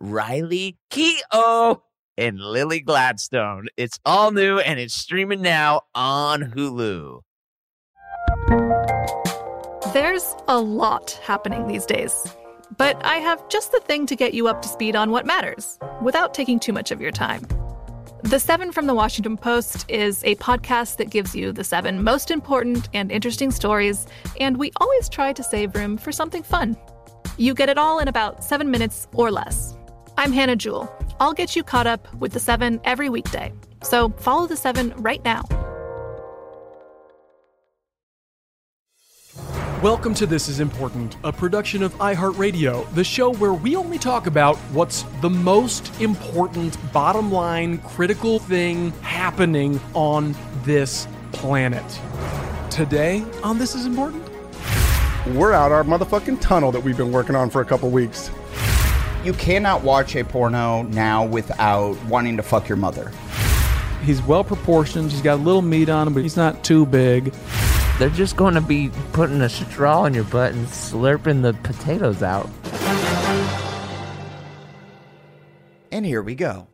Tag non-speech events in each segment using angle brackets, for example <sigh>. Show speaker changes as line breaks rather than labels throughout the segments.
Riley Keough and Lily Gladstone. It's all new and it's streaming now on Hulu.
There's a lot happening these days, but I have just the thing to get you up to speed on what matters without taking too much of your time. The Seven from the Washington Post is a podcast that gives you the seven most important and interesting stories, and we always try to save room for something fun. You get it all in about seven minutes or less. I'm Hannah Jewell. I'll get you caught up with the seven every weekday. So follow the seven right now.
Welcome to This Is Important, a production of iHeartRadio, the show where we only talk about what's the most important, bottom line, critical thing happening on this planet. Today on This Is Important?
We're out our motherfucking tunnel that we've been working on for a couple weeks.
You cannot watch a porno now without wanting to fuck your mother.
He's well proportioned, he's got a little meat on him, but he's not too big.
They're just going to be putting a straw in your butt and slurping the potatoes out.
And here we go.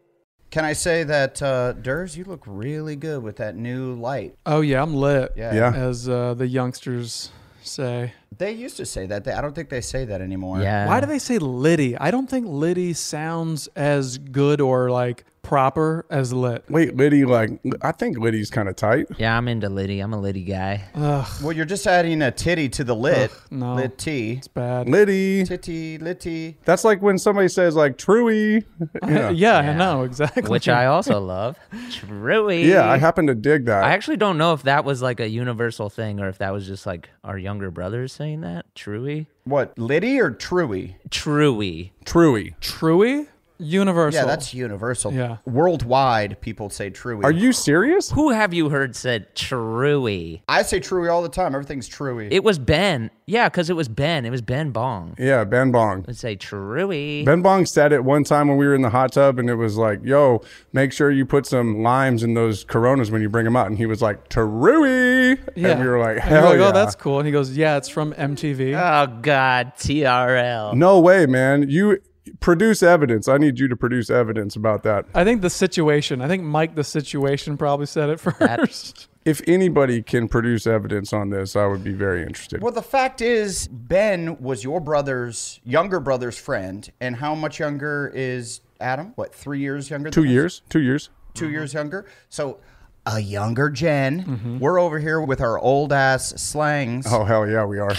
Can I say that, uh, Durs, you look really good with that new light?
Oh, yeah, I'm lit.
Yeah.
Yeah.
As uh, the youngsters say.
They used to say that. They, I don't think they say that anymore.
Yeah.
Why do they say Liddy? I don't think Liddy sounds as good or like proper as lit.
Wait, Liddy, like, I think Liddy's kind of tight.
Yeah, I'm into Liddy. I'm a Liddy guy.
Well, you're just adding a titty to the lit.
no.
Lit T.
It's bad.
Liddy.
Titty, litty.
That's like when somebody says, like, Truey.
<laughs> yeah,
Yeah.
I know, exactly.
Which I also love. Truey.
Yeah, I happen to dig that.
I actually don't know if that was like a universal thing or if that was just like our younger brothers saying that. Truey.
What, Liddy or Truey?
Truey.
Truey.
Truey? Universal.
Yeah, that's universal.
Yeah.
Worldwide, people say Truey.
Are you serious?
Who have you heard said Truey?
I say Truey all the time. Everything's Truey.
It was Ben. Yeah, because it was Ben. It was Ben Bong.
Yeah, Ben Bong.
I'd say Truey.
Ben Bong said it one time when we were in the hot tub, and it was like, yo, make sure you put some limes in those coronas when you bring them out. And he was like, Truey.
yeah.
And we were like,
And we're
hell yeah. Ah.
Oh, that's cool. And he goes, yeah, it's from MTV.
oh, God. TRL.
No way, man. You produce evidence. I need you to produce evidence about that.
I think the situation. I think Mike the situation probably said it <laughs> first.
If anybody can produce evidence on this, I would be very interested.
Well, the fact is, Ben was your brother's younger brother's friend, and how much younger is Adam? What, three years Mm-hmm. younger?
Two
than us?
years? Two years?
Two years younger. So, a younger Jen. We're over here with our old ass slangs.
Oh, hell yeah, we are.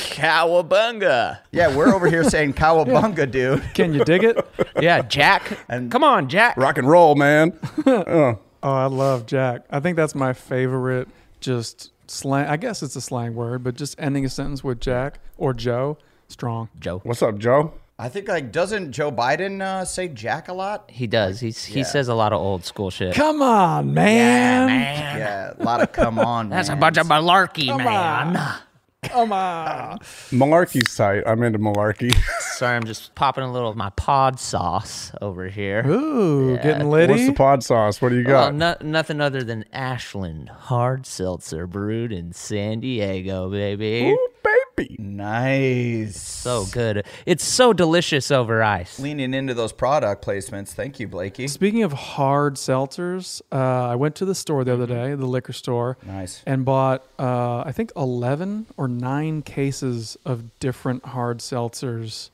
Cowabunga.
Yeah, we're over <laughs> here saying cowabunga, dude.
Can you
<laughs>
dig it?
Yeah, Jack. Come on, Jack.
Rock and roll, man.
Oh, I love Jack. I think that's my favorite just slang. I guess it's a slang word, but just ending a sentence with Jack or Joe, strong.
Joe.
What's up, Joe?
I think, like, doesn't Joe Biden uh, say Jack a lot?
He does. He's, He says a lot of old school shit.
Come on, man.
man.
Yeah, a lot of come on. <laughs>
That's a
mans.
bunch of malarkey, man.
Come on.
Malarkey's tight. I'm into malarkey.
Sorry, I'm just popping a little of my pod sauce over here.
Ooh, getting
What's the
litty.
pod sauce? What do you
Well,
Oh,
got?
no- nothing other than Ashland hard seltzer brewed in San Diego, baby.
Ooh, Oh, baby.
Nice.
So good. It's so delicious over ice.
Leaning into those product placements. Thank you, Blakey.
Speaking of hard seltzers, uh, I went to the store the other day, the liquor store.
Mm-hmm. Nice.
And bought, uh, I think, 11 or nine cases of different hard seltzers.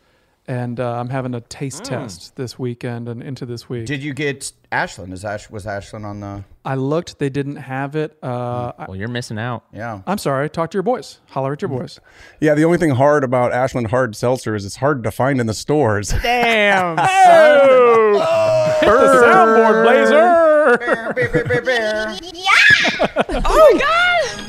And uh, I'm having a taste test this weekend and into this week.
Mm. Did you get Ashland? Is Ash was Ashland on the?
I looked, they didn't have it. Uh,
Mm.
I,
Well, you're missing out.
<laughs> Yeah.
I'm sorry, talk to your boys. Holler at your boys.
Yeah, the only thing hard about Ashland hard seltzer is it's hard to find in the stores.
Damn. Hit the soundboard, Blazer.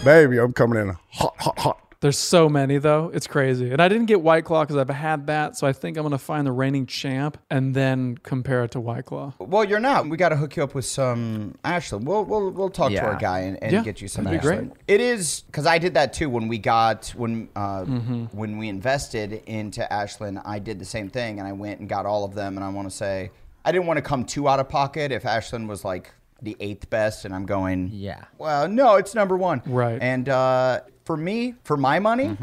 Baby, I'm coming in hot, hot, hot.
There's so many though. It's crazy. And I didn't get White Claw because I've had that. So I think I'm going to find the reigning champ and then compare it to White Claw.
Well, you're not. We got to hook you up with some Ashland. We'll we'll, we'll talk to
Yeah.
our guy and, and
Yeah,
get you some
that'd be great.
Ashland. It is because I did that too when we got when uh,
Mm-hmm.
when we invested into Ashland. I did the same thing and I went and got all of them. And I want to say I didn't want to come too out of pocket if Ashland was like the eighth best and I'm going.
Yeah.
Well, no, it's number one.
Right. Mm-hmm.
And uh, for me, for my money,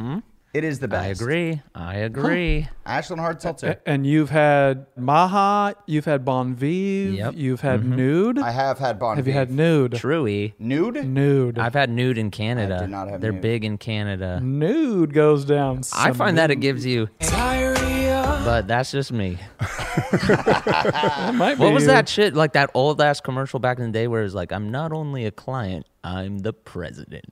it is the best.
I agree. I agree.
Ashland hard seltzer.
A- And you've had Maha, you've had Bon Vive,
Yep. Mm-hmm.
you've had Nude.
I have had Bon.
have you had
Vivre.
Nude?
Truey.
nude?
Nude.
I've had nude in Canada.
did not have
They're
nude.
big in Canada.
nude goes down.
I
some-
find that it gives you But that's just me.
That might
What
be
was
you.
that shit? Like that old ass commercial back in the day where it was like, I'm not only a client, I'm the president.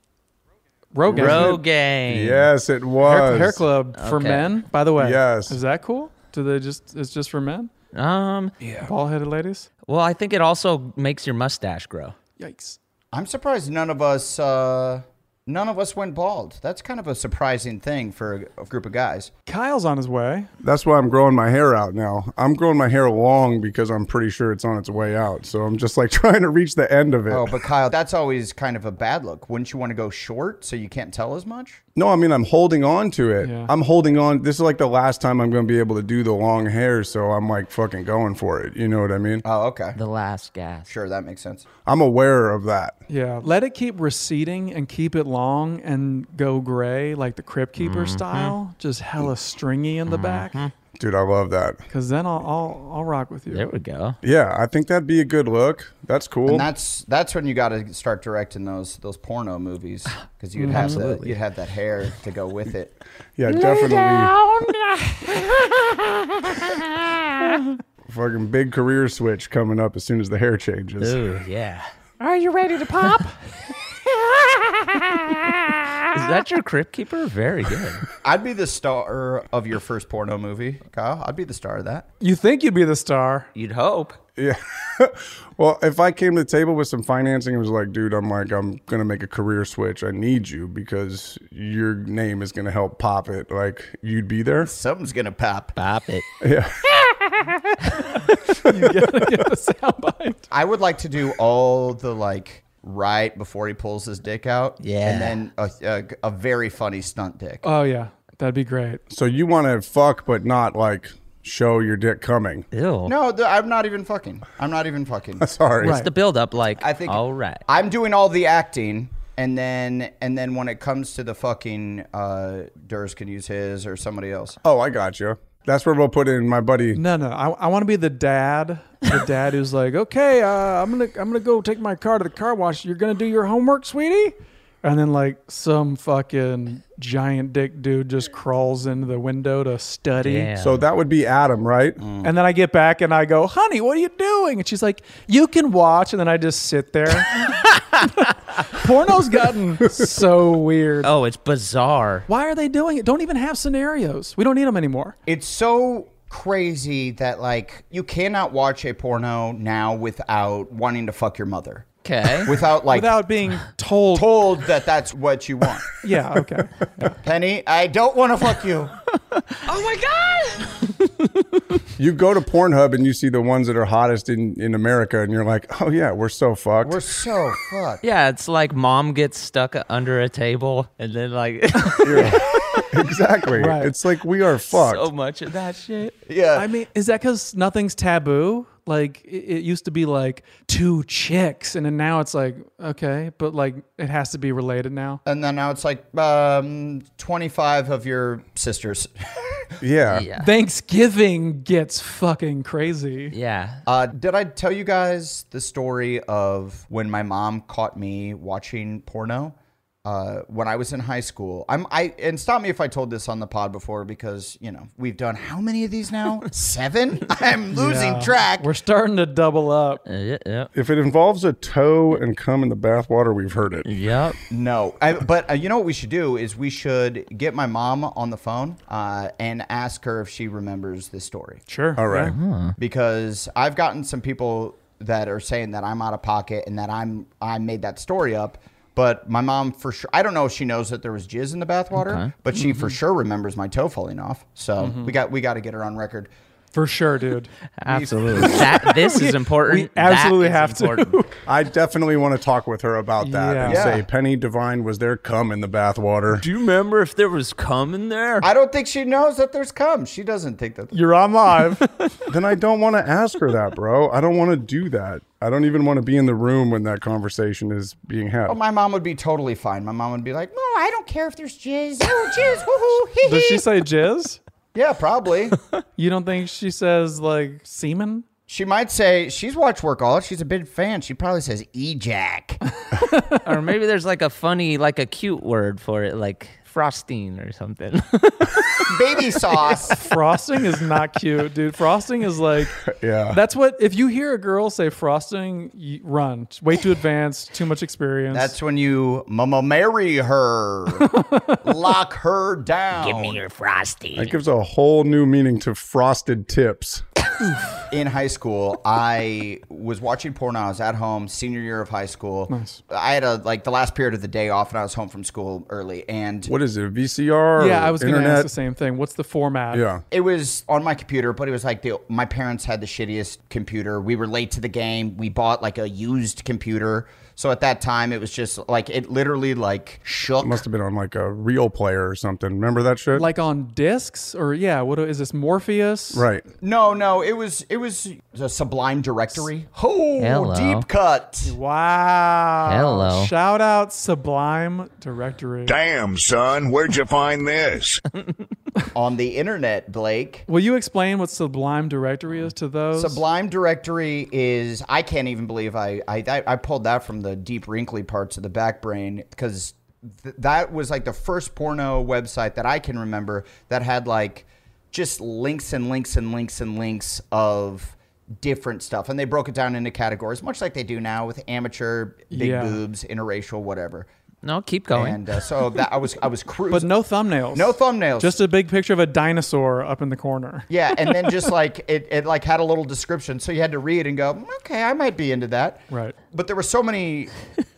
Rogan.
Rogaine.
Yes, it
Hair,
was.
hair Club for
Okay.
men, by the way.
Yes.
Is that cool? Do they just, it's just for men?
Um
Yeah. Ball headed ladies?
well I think it also makes your mustache grow.
Yikes.
I'm surprised none of us uh, none of us went bald. That's kind of a surprising thing for a, a group of guys.
Kyle's on his way.
That's why I'm growing my hair out now. I'm growing my hair long because I'm pretty sure it's on its way out. So I'm just like <laughs> trying to reach the end of it.
Oh, but Kyle, that's always kind of a bad look. Wouldn't you want to go short so you can't tell as much?
No, I mean I'm holding on to it.
Yeah.
I'm holding on. This is like the last time I'm going to be able to do the long hair, so I'm like fucking going for it. You know what I mean?
Oh, okay.
The last gasp.
Sure, that makes sense.
I'm aware of that.
Yeah, let it keep receding and keep it long and go gray like the Crypt Keeper
Mm-hmm.
style, just hella stringy in the back.
Dude, I love that.
Because then I'll, I'll I'll rock with you.
There we go.
Yeah, I think that'd be a good look. That's cool.
And that's that's when you got to start directing those those porno movies because you'd have the, you'd have that hair to go with it.
yeah, definitely. <laughs> fucking big career switch coming up as soon as the hair changes.
Ooh, yeah.
Are you ready
<laughs>
to pop? <laughs>
Is that your crypt keeper? Very
<laughs>
good.
I'd be the star of your first porno movie, Kyle. I'd be the star of that.
you think you'd be the star?
You'd hope.
Yeah. well, if I came to the table with some financing and was like, dude, I'm like, I'm going to make a career switch. I need you because your name is going to help pop it. Like, you'd be there.
Something's gonna pop.
Pop it.
<laughs> You gotta get a soundbite.
I would like to do all the like right before he pulls his dick out.
Yeah.
And then a, a, a very funny stunt dick.
Oh yeah, that'd be great.
So you want to fuck, but not like show your dick coming. <laughs>
Ew.
no, th- I'm not even fucking. I'm not even fucking.
Sorry.
It's the build up like
I think
all right.
I'm doing all the acting and then and then when it comes to the fucking uh Durs can use his or somebody else.
Oh, I got you. That's where we'll put in my buddy.
No, no, I, I want to be the dad, the dad who's like, okay, uh, I'm gonna I'm gonna go take my car to the car wash. You're gonna do your homework, sweetie. And then like some fucking giant dick dude just crawls into the window to study.
Yeah.
So that would be Adam, right?
And then I get back and I go, honey, what are you doing? And she's like, you can watch. And then I just sit there. <laughs> Porno's gotten so weird.
oh, it's bizarre.
Why are they doing it? Don't even have scenarios. We don't need them anymore.
It's so crazy that like you cannot watch a porno now without wanting to fuck your mother.
<laughs> Okay.
Without like
Without being told.
told that that's what you want.
<laughs> Yeah,
<laughs>
okay.
Penny, I don't want to fuck you.
Oh my god!
you go to Pornhub and you see the ones that are hottest in, in America, and you're like, oh yeah, we're so fucked.
We're so fucked.
Yeah, it's like mom gets stuck under a table, and then like <laughs>
<laughs> exactly.
Right.
It's like we are fucked.
so much of that shit.
Yeah.
I mean, is that because nothing's taboo? Like it, it used to be like two chicks, and then now it's like okay, but like it has to be related now.
and then now it's like um, 25 of your sisters.
yeah.
Thanksgiving gets fucking crazy.
Yeah,
Uh, did I tell you guys the story of when my mom caught me watching porno? Uh, when I was in high school, I'm I and stop me if I told this on the pod before because you know we've done how many of these now? Seven. <laughs> I'm losing track.
We're starting to double up.
Uh, yeah, yeah.
If it involves a toe and cum in the bathwater, we've heard it.
Yep.
No, I, but uh, you know what we should do is we should get my mom on the phone uh, and ask her if she remembers this story.
Sure.
All right.
because I've gotten some people that are saying that I'm out of pocket and that I'm I made that story up. But my mom for sure I don't know if she knows that there was jizz in the bathwater, but she
Mm-hmm.
for sure remembers my toe falling off. So we got we got to get her on record.
for sure, dude.
Absolutely. <laughs> that this is important.
we absolutely
That is
have to.
important.
I definitely want to talk with her about that and
Yeah.
say
Yeah.
Penny Divine was there cum in the
<laughs>
bathwater.
Do you remember if there was cum in there?
I don't think she knows that there's cum. She doesn't think that.
<laughs> You're on live. then I don't want to ask her that, bro. I don't want to do that. I don't even want to be in the room when that conversation is being had.
Oh, my mom would be totally fine. My mom would be like, "No, I don't care if there's jizz. Oh, jizz. Woohoo! Hee
Does
hee."
<laughs>
she say jizz?
<laughs> yeah, probably.
You don't think she says like semen?
she might say she's watched Workaholics. She's a big fan. She probably says ejac.
or maybe there's like a funny, like a cute word for it, like frosting or <laughs> something.
<laughs>
Baby sauce.
Frosting is not cute, dude. Frosting is like
<laughs> yeah.
That's what if you hear a girl say frosting, you run. It's Way too advanced, too much experience.
That's when you mama
<laughs>
marry her, lock her down.
Give me your frosty.
that gives a whole new meaning to frosted tips.
In high school, I was watching porn. I was at home, senior year of high school. I had a like the last period of the day off, and I was home from school early. And
What is it? a VCR?
yeah, I was
going to
ask the same thing. What's the format?
Yeah.
it was on my computer, but it was like the, my parents had the shittiest computer. We were late to the game. We bought like a used computer. So at that time, it was just like it literally like shook.
Must have been on like a real player or something. Remember that shit?
Like on discs or yeah, what is this Morpheus?
right.
no, no, it was it was a Sublime Directory. Oh,
Hello.
deep cut.
Wow.
Hello.
Shout out Sublime Directory.
Damn, son, where'd you find this?
on the internet, Blake.
Will you explain what Sublime Directory is to those?
Sublime Directory is I can't even believe I I, I- I pulled that from the deep wrinkly parts of the back brain because th- that was like the first porno website that I can remember that had like just links and links and links and links of different stuff and they broke it down into categories much like they do now with amateur big
Yeah. Oh, eh?
boobs interracial whatever
no, keep going.
and uh, so that I was I was
<laughs>
cruising
But no thumbnails.
No thumbnails.
Just a big picture of a dinosaur up in the corner.
Yeah, and then just like it, it like had a little description, so you had to read and go, "Mm, okay, I might be into that.
Right.
But there were
<laughs>
so many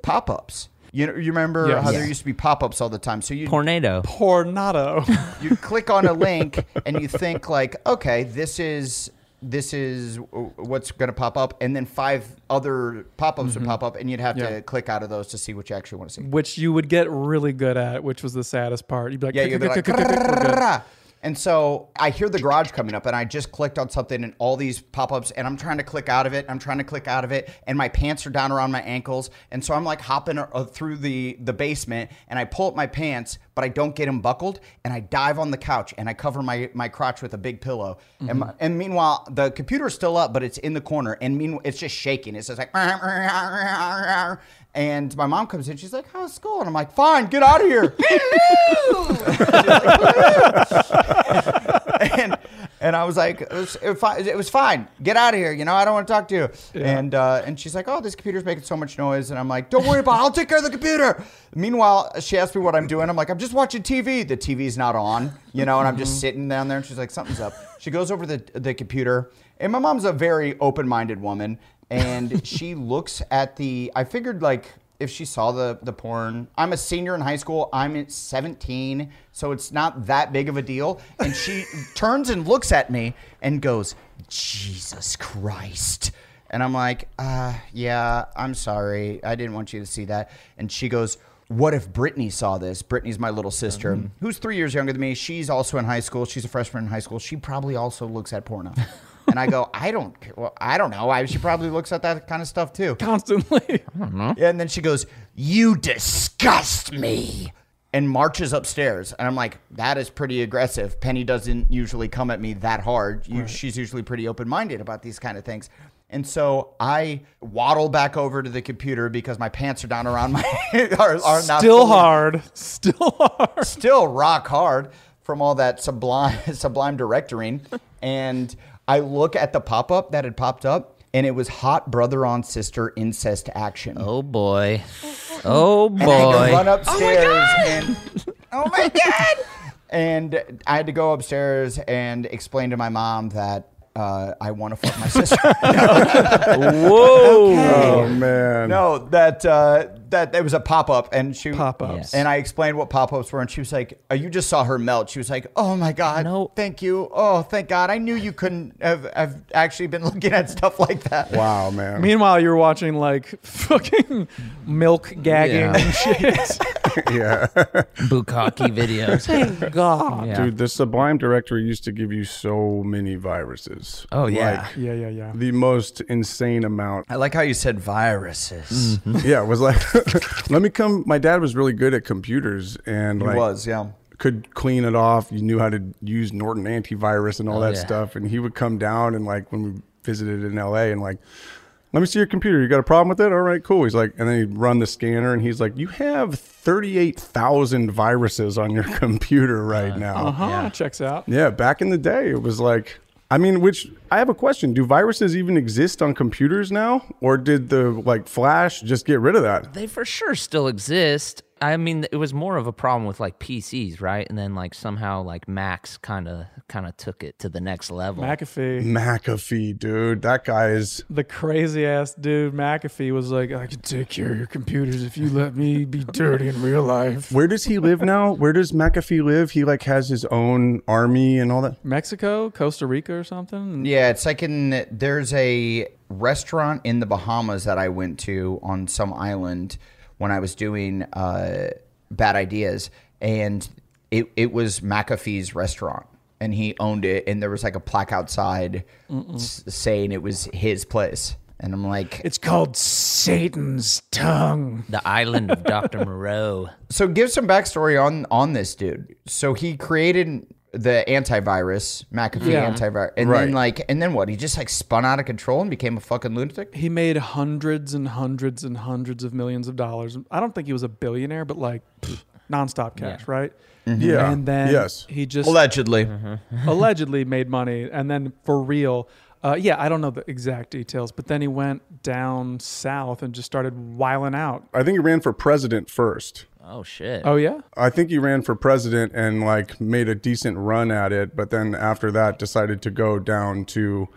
pop-ups. You know, you remember
Yes.
how there
Yeah.
used to be pop-ups all the time. So you
Tornado.
<laughs> Pornado.
you
<laughs>
click on a link and you think like, okay, this is this is w- what's going to pop up, and then five other pop-ups would pop up, and you'd have
Mm-hmm. Yeah.
to click out of those to see what you actually want to see.
which you would get really good at, which was the saddest part. You'd be like,
Yeah, you'd be like,
"We're good."
"Rah." and so I hear the garage coming up, and I just clicked on something, and all these pop ups, and I'm trying to click out of it. I'm trying to click out of it, and my pants are down around my ankles, and so I'm like hopping uh, through the the basement, and I pull up my pants, but I don't get them buckled, and I dive on the couch, and I cover my my crotch with a big pillow, and, my, and meanwhile the computer's still up, but it's in the corner, and meanwhile it's just shaking. It's just like. <laughs> And my mom comes in, she's like, How's school? And I'm like, Fine, get out of here. and and I was like, it was, it, fi- it was fine. Get out of here. You know, I don't want to talk to you. And uh, and she's like, oh, this computer's making so much noise. And I'm like, don't worry about. it. I'll take care of the computer. Meanwhile, she asked me what I'm doing. I'm like, I'm just watching TV. The TV's not on. You know, and I'm just sitting down there. And she's like, something's up. She goes over the the computer. And my mom's a very open minded woman. And she looks at the. I figured like if she saw the the porn. I'm a senior in high school. I'm at 17, so it's not that big of a deal. And she turns and looks at me and goes, Jesus Christ. And I'm like, uh, yeah, I'm sorry. I didn't want you to see that. And she goes, what if Brittany saw this? Brittany's my little sister, who's three years younger than me. She's also in high school. She's a freshman in high school. She probably also looks at porno. and I go, I don't, well, I don't know. I, she probably looks at that kind of stuff too.
Constantly.
Yeah, and then she goes, "You disgust me." And marches upstairs, and I'm like, "That is pretty aggressive." Penny doesn't usually come at me that hard. You, She's usually pretty open-minded about these kind of things. And so I waddle back over to the computer because my pants are down around my <laughs> are, are not
Still
fully-
hard. Still hard.
still rock hard from all that sublime <laughs> sublime directoring. And I look at the pop up that had popped up, and it was hot brother on sister incest action.
Oh boy. Oh
And I had to
boy.
run upstairs and oh my god! <laughs> And I had to go upstairs and explain to my mom that uh, I want to fuck my <laughs> sister.
Oh man.
no, that uh, that it was a pop up, and she
Pop ups.
And I explained what pop ups were, and she was like, oh, "You just saw her melt." She was like, "Oh my god!
No.
thank you. Oh, thank God! I knew you couldn't have, have actually been <laughs> looking at stuff like that."
Wow, man.
Meanwhile, you're watching like fucking milk gagging
Yeah.
and shit.
yeah.
Bukkake
<laughs>
videos.
Thank God.
Yeah.
Dude, the Sublime Directory used to give you so many viruses.
Oh, yeah.
Like,
Yeah, yeah, yeah.
the most insane amount.
I like how you said viruses.
yeah, it was like, <laughs> let me come. My dad was really good at computers and
It
like
was yeah.
could clean it off. You knew how to use Norton antivirus and all that
yeah.
stuff. And he would come down and like when we visited in LA and like, let me see your computer. You got a problem with it? All right, cool. He's like, and then he'd run the scanner and he's like, you have 38,000 viruses on your <laughs> computer right now.
Uh huh. Checks out.
Yeah, back in the day, it was like, I mean, which I have a question. Do viruses even exist on computers now? Or did the like Flash just get rid of that?
they for sure still exist. I mean, it was more of a problem with like PCs, right? And then like somehow like Macs kind of kind of took it to the next level.
McAfee.
McAfee, dude, that guy is
The crazy ass dude McAfee was like, I can take care of your computers if you let me be dirty in real life.
Where does he live now? Where does McAfee live? He like has his own army and all that.
Mexico, Costa Rica, or something.
Yeah, it's like in there's a restaurant in the Bahamas that I went to on some island when I was doing uh, Bad Ideas, and it it was McAfee's restaurant, and he owned it, and there was like a plaque outside s- saying it was his place, and I'm like,
It's called Satan's tongue.
The island of Dr.
<laughs>
Moreau.
so give some backstory on on this dude. So he created the antivirus, McAfee
Yeah.
antivirus, and
Right.
then like, and then what? He just like spun out of control and became a fucking lunatic.
He made hundreds and hundreds and hundreds of millions of dollars. I don't think he was a billionaire, but like pfft, nonstop cash, right?
Yeah.
Mm-hmm. And then
Mm. yes.
he just
<laughs> Allegedly.
allegedly made money and then for real uh, yeah i don't know the exact details but then he went down south and just started whiling out
I think he ran for president first.
Oh shit.
oh yeah
I think he ran for president and like made a decent run at it, but then after that decided to go down to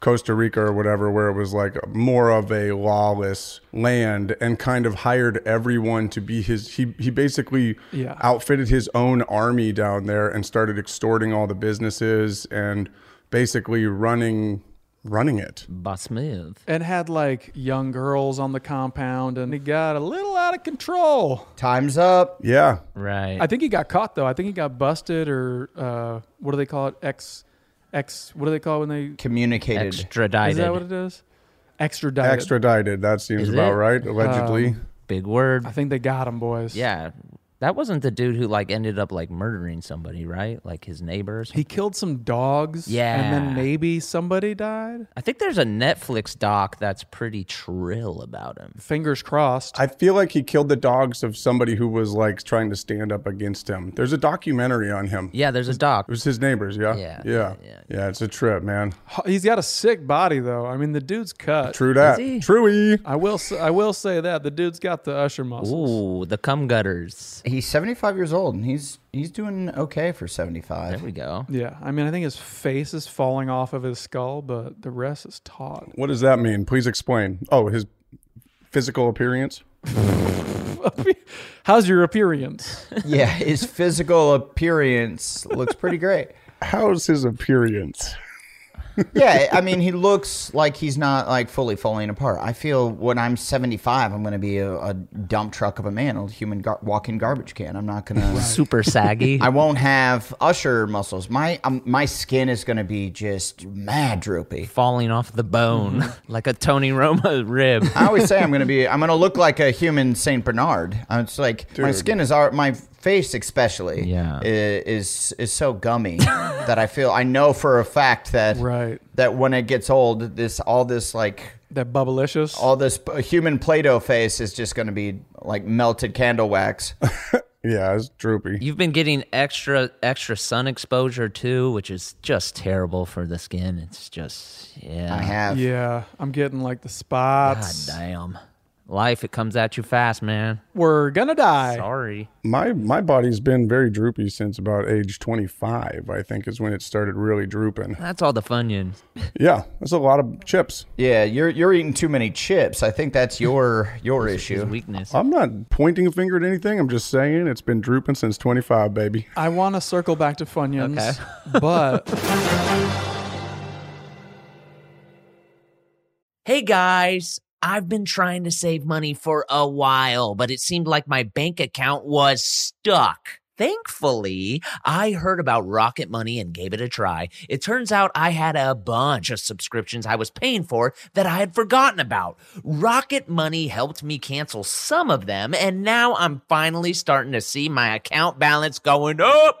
Costa Rica or whatever, where it was like more of a lawless land and kind of hired everyone to be his. He, he basically
Yeah.
outfitted his own army down there and started extorting all the businesses and basically running running it.
Boss move.
and had like young girls on the compound and he got a little out of control
Time's up.
Yeah.
Right.
i think he got caught though i think he got busted or uh, what do they call it x x what do they call it when they
communicated.
Extradited.
is that what it is extradited
Extradited, that seems
Is
about
it?
right, allegedly.
Big word.
i think they got him boys
Yeah. That wasn't the dude who like ended up like murdering somebody, right? Like his neighbors.
he killed some dogs and
Yeah.
then maybe somebody died
I think there's a Netflix doc that's pretty trill about him.
fingers crossed
I feel like he killed the dogs of somebody who was like trying to stand up against him. There's a documentary on him.
Yeah, there's a doc.
It was his neighbors, yeah?
Yeah,
Yeah. Yeah, it's a trip, man.
He's got a sick body though. I mean, the dude's cut.
True that.
he?
Truey.
I will. s- I will say that the dude's got the usher muscles.
Ooh, the cum gutters.
He's 75 years old and he's he's doing okay for 75.
There we go.
Yeah, I mean, I think his face is falling off of his skull, but the rest is <laughs> taut.
What does that mean? Please explain. Oh, his physical appearance?
How's your appearance?
Yeah, his physical appearance looks pretty great.
How's his appearance?
yeah, I mean, he looks like he's not like fully falling apart. I feel when I'm 75, I'm going to be a, a dump truck of a man, a human gar- walking garbage can. I'm not going to.
Super saggy.
<laughs> I won't have usher muscles. My um, my skin is going to be just mad droopy.
falling off the bone <laughs> like a Tony Roma rib.
Mm-hmm. <laughs> I always say I'm going
<laughs>
to be. I'm going to look like a human Saint Bernard. Uh, It's like my skin is our my face especially
Yeah.
i- is is so gummy <laughs> that I feel I know for a fact that
Right.
that when it gets old this all this like
That bubblicious.
all this p- human Play-Doh face is just going to be like melted candle wax.
Yeah, it's droopy.
You've been getting extra extra sun exposure too, which is just terrible for the skin. It's
<laughs>
just yeah.
I have.
yeah, I'm getting like the
God
spots.
damn. Life, it comes at you fast, man.
We're gonna die.
Sorry.
My my body's been very droopy since about age 25. I think is when it started really
<laughs>
drooping.
That's all the funyuns.
Yeah, that's a lot of chips.
Yeah, you're you're eating too many chips. I think
<laughs>
that's your your issue.
Weakness.
I'm not pointing a finger at anything. I'm just saying it's been drooping since 25, baby.
I want to circle back to Funyuns, but
Hey guys, I've been trying to save money for a while, but it seemed like my bank account was stuck. Thankfully, I heard about Rocket Money and gave it a try. It turns out I had a bunch of subscriptions I was paying for that I had forgotten about. Rocket Money helped me cancel some of them, and now I'm finally starting to see my account balance going up.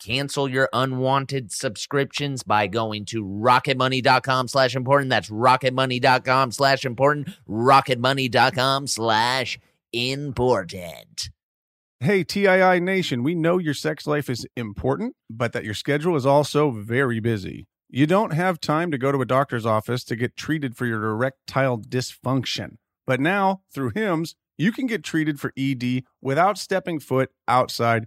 Cancel your unwanted subscriptions by going to rocketmoney.com slash important. That's rocketmoney.com slash important. Rocketmoney.com slash important.
Hey, TII Nation, we know your sex life is important, but that your schedule is also very busy. You don't have time to go to a doctor's office to get treated for your erectile dysfunction. But now, through HIMS, you can get treated for ED without stepping foot outside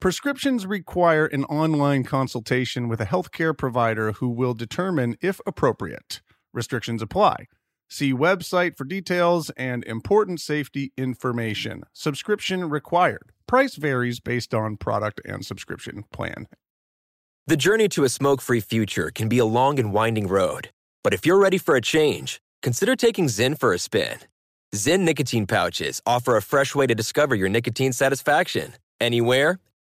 Prescriptions require an online consultation with a healthcare provider who will determine if appropriate. Restrictions apply. See website for details and important safety information. Subscription required. Price varies based on product and subscription plan.
The journey to a smoke free future can be a long and winding road, but if you're ready for a change, consider taking Zen for a spin. Zen nicotine pouches offer a fresh way to discover your nicotine satisfaction anywhere,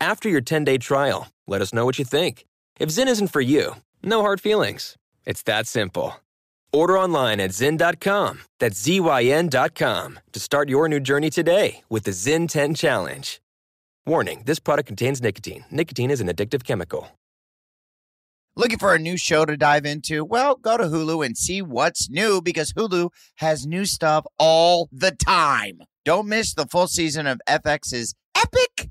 After your 10 day trial, let us know what you think. If Zen isn't for you, no hard feelings. It's that simple. Order online at Zyn.com. That's Z-Y-N.com to start your new journey today with the Zyn 10 Challenge. Warning, this product contains nicotine. Nicotine is an addictive chemical.
Looking for a new show to dive into? Well, go to Hulu and see what's new because Hulu has new stuff all the time. Don't miss the full season of FX's epic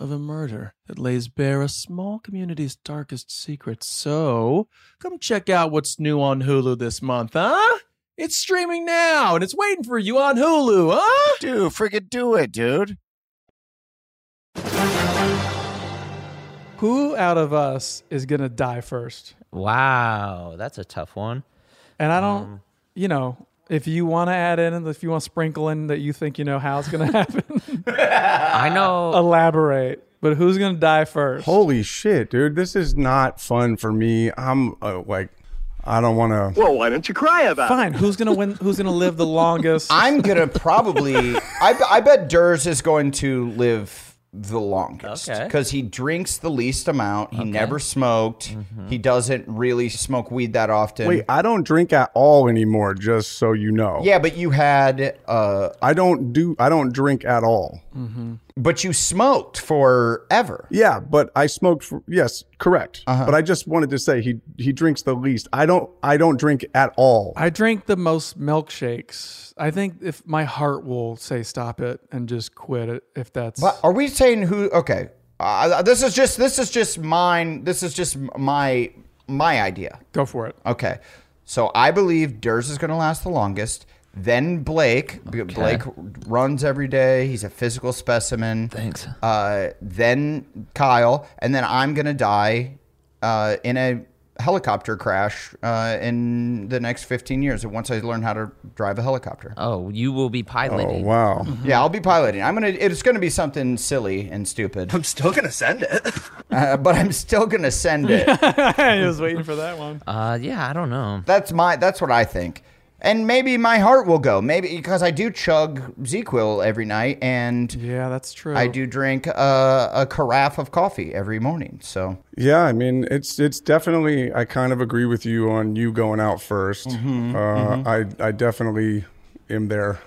of a murder that lays bare a small community's darkest secrets. So, come check out what's new on Hulu this month, huh? It's streaming now and it's waiting for you on Hulu, huh?
Dude, freaking do it, dude.
Who out of us is gonna die first?
Wow, that's a tough one.
And I don't,
Um,
you know, if you want to add in, and if you want to sprinkle in that you think you know how it's gonna <laughs> happen,
I know.
elaborate. But who's gonna die first?
Holy shit, dude. This is not fun for me. I'm uh, like, I don't want to.
Well, why don't you cry about
Fine. Who's gonna win? Who's gonna live the
<laughs>
longest?
I'm going to probably, I, b- I bet Durs is going to live the longest
Okay.
because he drinks the least amount. He never smoked. He doesn't really smoke weed that often.
Wait, I don't drink at all anymore, just so you know.
Yeah, but you had, uh,
I don't do, I don't drink at all.
but you smoked forever.
Yeah, but I smoked. For, yes, correct. But I just wanted to say he he drinks the least. I don't I don't drink at all.
I drink the most milkshakes. I think if my heart will say stop it and just quit it, if that's
But are we saying who? Okay, uh, this is just this is just mine. This is just my my idea.
go for it.
Okay, so I believe Durs is going to last the longest. Then Blake. B- Blake runs every day. He's a physical specimen.
Thanks.
Uh, then Kyle, and then I'm going to die uh, in a helicopter crash uh, in the next 15 years. Once I learn how to drive a helicopter.
Oh, you will be
Oh
piloting.
wow.
Yeah, I'll be piloting. I'm gonna. It's gonna be something silly and stupid,
I'm still gonna send it.
uh, but I'm still gonna
<laughs>
send it.
I was waiting for that one.
<laughs> Uh, yeah, I don't know.
that's my. That's what I think. And maybe my heart will go. Maybe because I do chug ZQL every night, and
Yeah, that's true.
I do drink a, a carafe of coffee every morning. So
Yeah, I mean it's it's definitely. I kind of agree with you on you going out 1st
Mm-hmm,
uh, I I definitely am there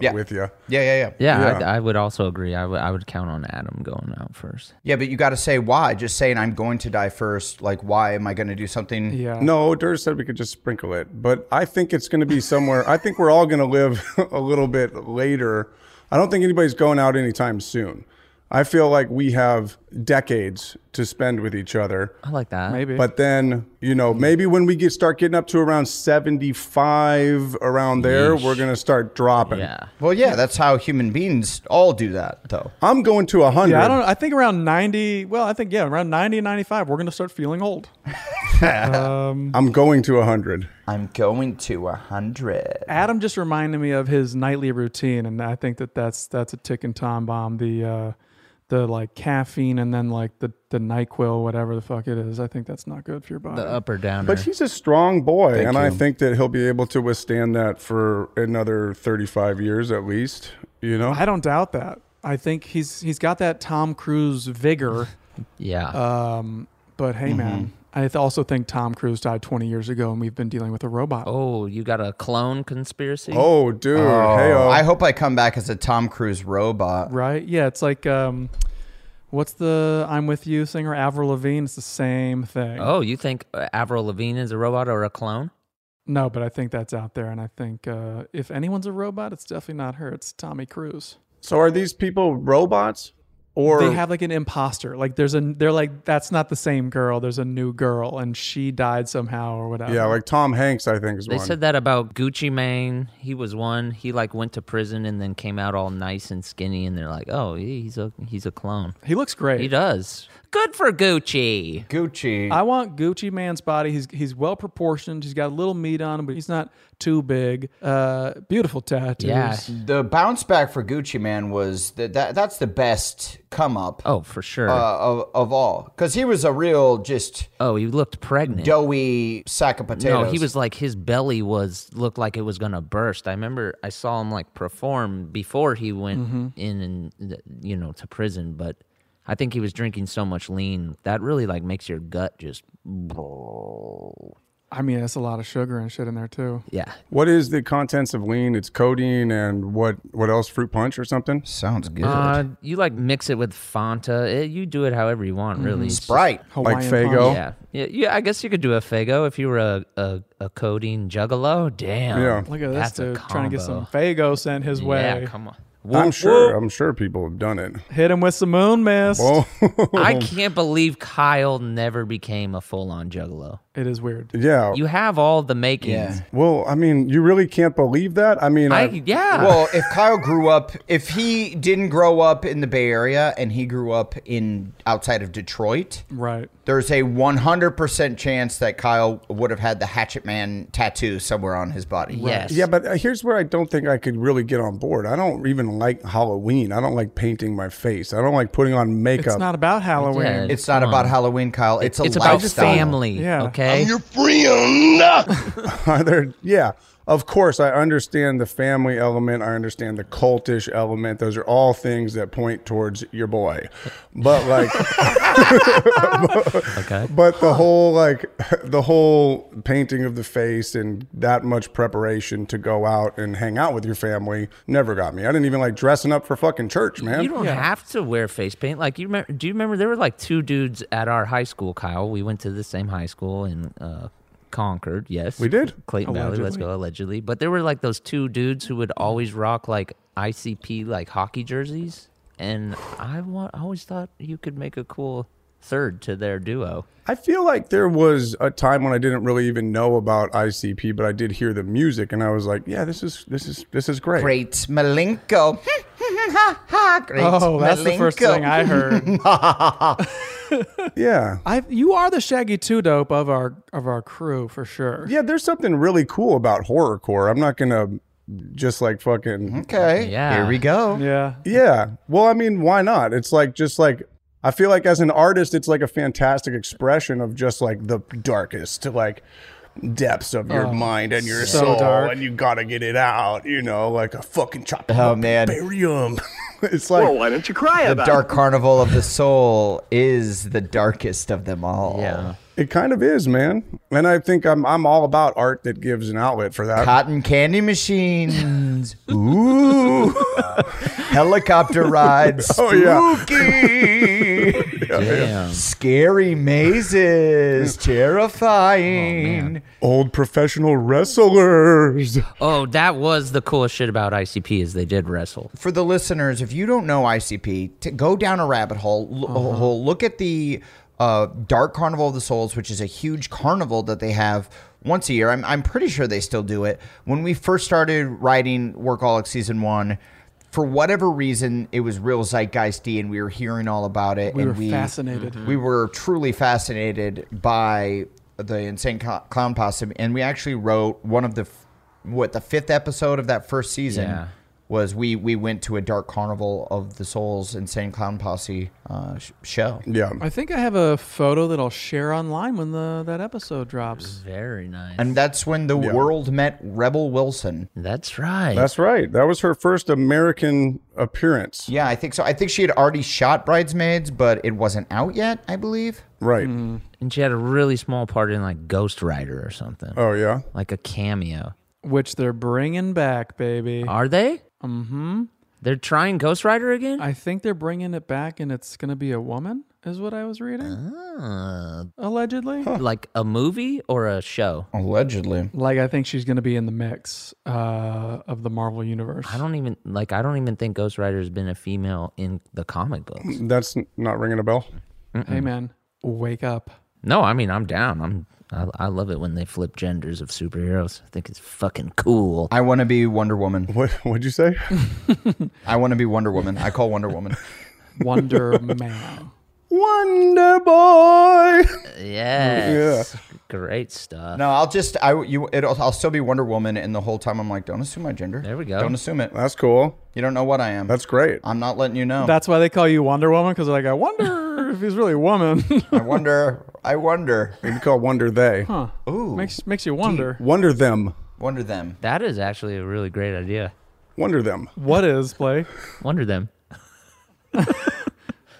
Yeah.
with you.
yeah, yeah, yeah,
Yeah,
Yeah.
I, I would also agree. I would I would count on Adam going out first.
yeah. But you got to say why. Just saying I'm going to die first. Like, why am I going to do something?
Uh.
yeah.
No, Durr said we could just sprinkle it, but I think it's going to be somewhere. I think we're all going to live <laughs> a little bit later. I don't think anybody's going out anytime soon. I feel like we have decades to spend with each other.
I like that. Mm-hmm.
Maybe.
But then, you know, maybe when we get start getting up to around 75 around there, we're going to start dropping.
Yeah.
Well, yeah, that's how human beings all do that, though.
I'm going to 100.
yeah, I don't. I think around ninety. Well, I think yeah, around 90, 95, we're gonna start feeling old.
I'm going to 100.
I'm going to a hundred.
Adam just reminded me of his nightly routine, and I think that that's that's a ticking time bomb. The uh, the like caffeine and then like the the Nyquil, whatever the fuck it is. I think that's not good for your body.
The uh, up or downer.
But he's a strong boy, and I
you.
think that he'll be able to withstand that for another 35 years at least, you know?
I don't doubt that. I think he's he's got that Tom Cruise vigor.
<laughs> yeah. Mm-hmm.
Um, but hey, man, I th- also think Tom Cruise died 20 years ago, and we've been dealing with a robot.
oh, you got a clone conspiracy?
Oh, dude. Hey,
Oh,
oh.
I hope I come back as a Tom Cruise robot.
Right? Yeah, it's like um, what's the "I'm with You" singer Avril Lavigne? It's the same thing.
Oh, you think uh, Avril Lavigne is a robot or a clone?
No, but I think that's out there, and I think uh, if anyone's a robot, it's definitely not her. It's Tommy Cruise.
So are these people robots, or
they have like an imposter? Like there's a they're like that's not the same girl. There's a new girl, and she died somehow or whatever.
yeah, like Tom Hanks, I think is
They
one.
said that about Gucci Mane. He was one. He like went to prison and then came out all nice and skinny. And they're like, "Oh, he- he's a he's a clone.
He looks great.
He does. Good for Gucci.
Gucci.
I want Gucci Man's body. He's he's well proportioned. He's got a little meat on him, but he's not too big. Uh, beautiful tattoos.
The bounce back for Gucci Man was that, that that's the best come up.
Oh, for sure.
Uh, of, of all. Because he was a real just
oh, he looked pregnant.
doughy sack of potatoes.
No, he was like his belly was looked like it was gonna burst. I remember I saw him like perform before he went
Mhm.
in and uh, you know to prison, but I think he was drinking so much lean that really like makes your gut just.
I mean, that's a lot of sugar and shit in there too.
Yeah.
What is the contents of lean? It's codeine and what? What else? Fruit punch or something?
Sounds good.
Uh, you like mix it with Fanta. Eh, you do it however you want, really.
Mhm.
Mm-hmm.
It's just-
Sprite. Like Hawaiian Faygo? punch.
Yeah. yeah, yeah. I guess you could do a Fago if you were a, a, a codeine juggalo. Damn.
Look at this
that's a
dude trying to get
combo.
some Fago sent his way.
Yeah, come on.
I'm
Whoop,
sure.
whoop.
I'm sure people have done it. Oh.
Hit him with some moon mist.
Whoa.
I can't believe Kyle never became a full-on juggalo.
It is weird.
<laughs> Yeah.
You have all the makings.
Well, I mean, you really can't believe that. I mean,
I- yeah.
Well, if Kyle grew up, if he didn't grow up in the Bay Area and he grew up in outside of Detroit,
Right.
there's a 100% chance that Kyle would have had the Hatchet Man tattoo somewhere on his body.
Yeah, but uh, here's where I don't think I could really get on board. I don't even like Halloween. I don't like painting my face. I don't like putting on makeup.
It's not about Halloween.
Yeah,
It's not about Halloween, Kyle. It's a
it's about
lifestyle.
family,
Yeah.
okay?
<laughs> Either, yeah. Of course, I understand the family element. I understand the cultish element. Those are all things that point towards your boy. But like,
okay.
<laughs> But the whole like the whole painting of the face and that much preparation to go out and hang out with your family never got me. I didn't even like dressing up for fucking church, man.
You don't have to wear face paint. Like you remember? Do you remember there were like two dudes at our high school, Kyle? We went to the same high school in uh, Concord. Yes,
We did.
Clayton Valley. Let's
Allegedly.
go allegedly. But there were like those two dudes who would always rock like ICP like hockey jerseys, and I wa- I always thought you could make a cool third to their duo.
I feel like there was a time when I didn't really even know about ICP, but I did hear the music and I was like, yeah, this is this is this is great.
Great Malenko. <laughs> Great
Oh, that's the first
Malenko.
thing I heard.
yeah.
<laughs> I you are the Shaggy Two Dope of our of our crew for sure.
Yeah, there's something really cool about horrorcore. I'm not gonna just like
Mm-hmm.
fucking
Okay. Yeah. Here we go.
Yeah.
Yeah. Well, I mean, why not? It's like just like I feel like as an artist, it's like a fantastic expression of just like the darkest like depths of your
Oh,
mind and your
so
soul,
dark.
and you gotta get it out. You know, like a fucking chop.
Oh, man.
barium. <laughs> it's like
Well, why
don't you cry
The Dark Carnival of the Soul is the darkest of them all. Yeah.
It kind of is, man. And I think I'm I'm all about art that gives an outlet for that.
Cotton candy machines. Ooh.
<laughs>
Helicopter rides.
Oh, yeah.
Spooky.
<laughs>
Damn.
Scary mazes. Terrifying.
Old professional wrestlers.
Oh, that was the coolest shit about ICP is they did wrestle.
for the listeners, if you don't know ICP, to go down a rabbit hole, l-
Uh-huh.
hole look at the uh, Dark Carnival of the Souls, which is a huge carnival that they have once a year. I'm, I'm pretty sure they still do it. When we first started writing Workaholic Season 1, for whatever reason, it was real zeitgeisty, and we were hearing all about it.
We
and
were fascinated.
We were truly fascinated by the insane Co- clown possum, and we actually wrote one of the f- what the fifth episode of that first season
Yeah.
was we we went to a dark carnival of the souls insane clown posse uh, sh- show.
Yeah,
I think I have a photo that I'll share online when the that episode drops.
Very nice.
and that's when the
Yeah.
world met Rebel Wilson.
That's right.
That's right. That was her first American appearance.
Yeah, I think so. I think she had already shot Bridesmaids, but it wasn't out yet, I believe.
Right.
And she had a really small part in like Ghost Rider or something.
Oh yeah.
Like a cameo.
Which they're bringing back, baby.
Are they?
Mm-hmm.
They're trying Ghost Rider again?
I think they're bringing it back, and it's gonna be a woman. is what I was reading.
Uh.
Allegedly.
Ah. Like a movie or a show?
Allegedly.
Like I think she's going to be in the mix uh, of the Marvel universe.
I don't even like. I don't even think Ghost Rider has been a female in the comic books.
That's not ringing a bell. <laughs>
Hey man, wake up.
No, I mean I'm down. I'm. I, I love it when they flip genders of superheroes. I think it's fucking cool.
I want to be Wonder Woman.
What? What'd you say?
I want to be Wonder Woman. I call Wonder Woman.
<laughs> Wonder Man.
Wonder Boy.
Yes. Great stuff.
No, I'll just I you it'll I'll still be Wonder Woman, and the whole time I'm like, don't assume my gender.
There we go.
Don't assume it.
That's cool.
You don't know what I am.
That's great.
I'm not letting you know.
That's why they call you Wonder Woman because like I wonder if he's really a woman. <laughs>
I wonder. I wonder.
We call Wonder They.
huh.
Ooh.
Makes makes you wonder.
Wonder them.
Wonder them.
That is actually a really great idea.
Wonder them.
What is play?
Wonder them.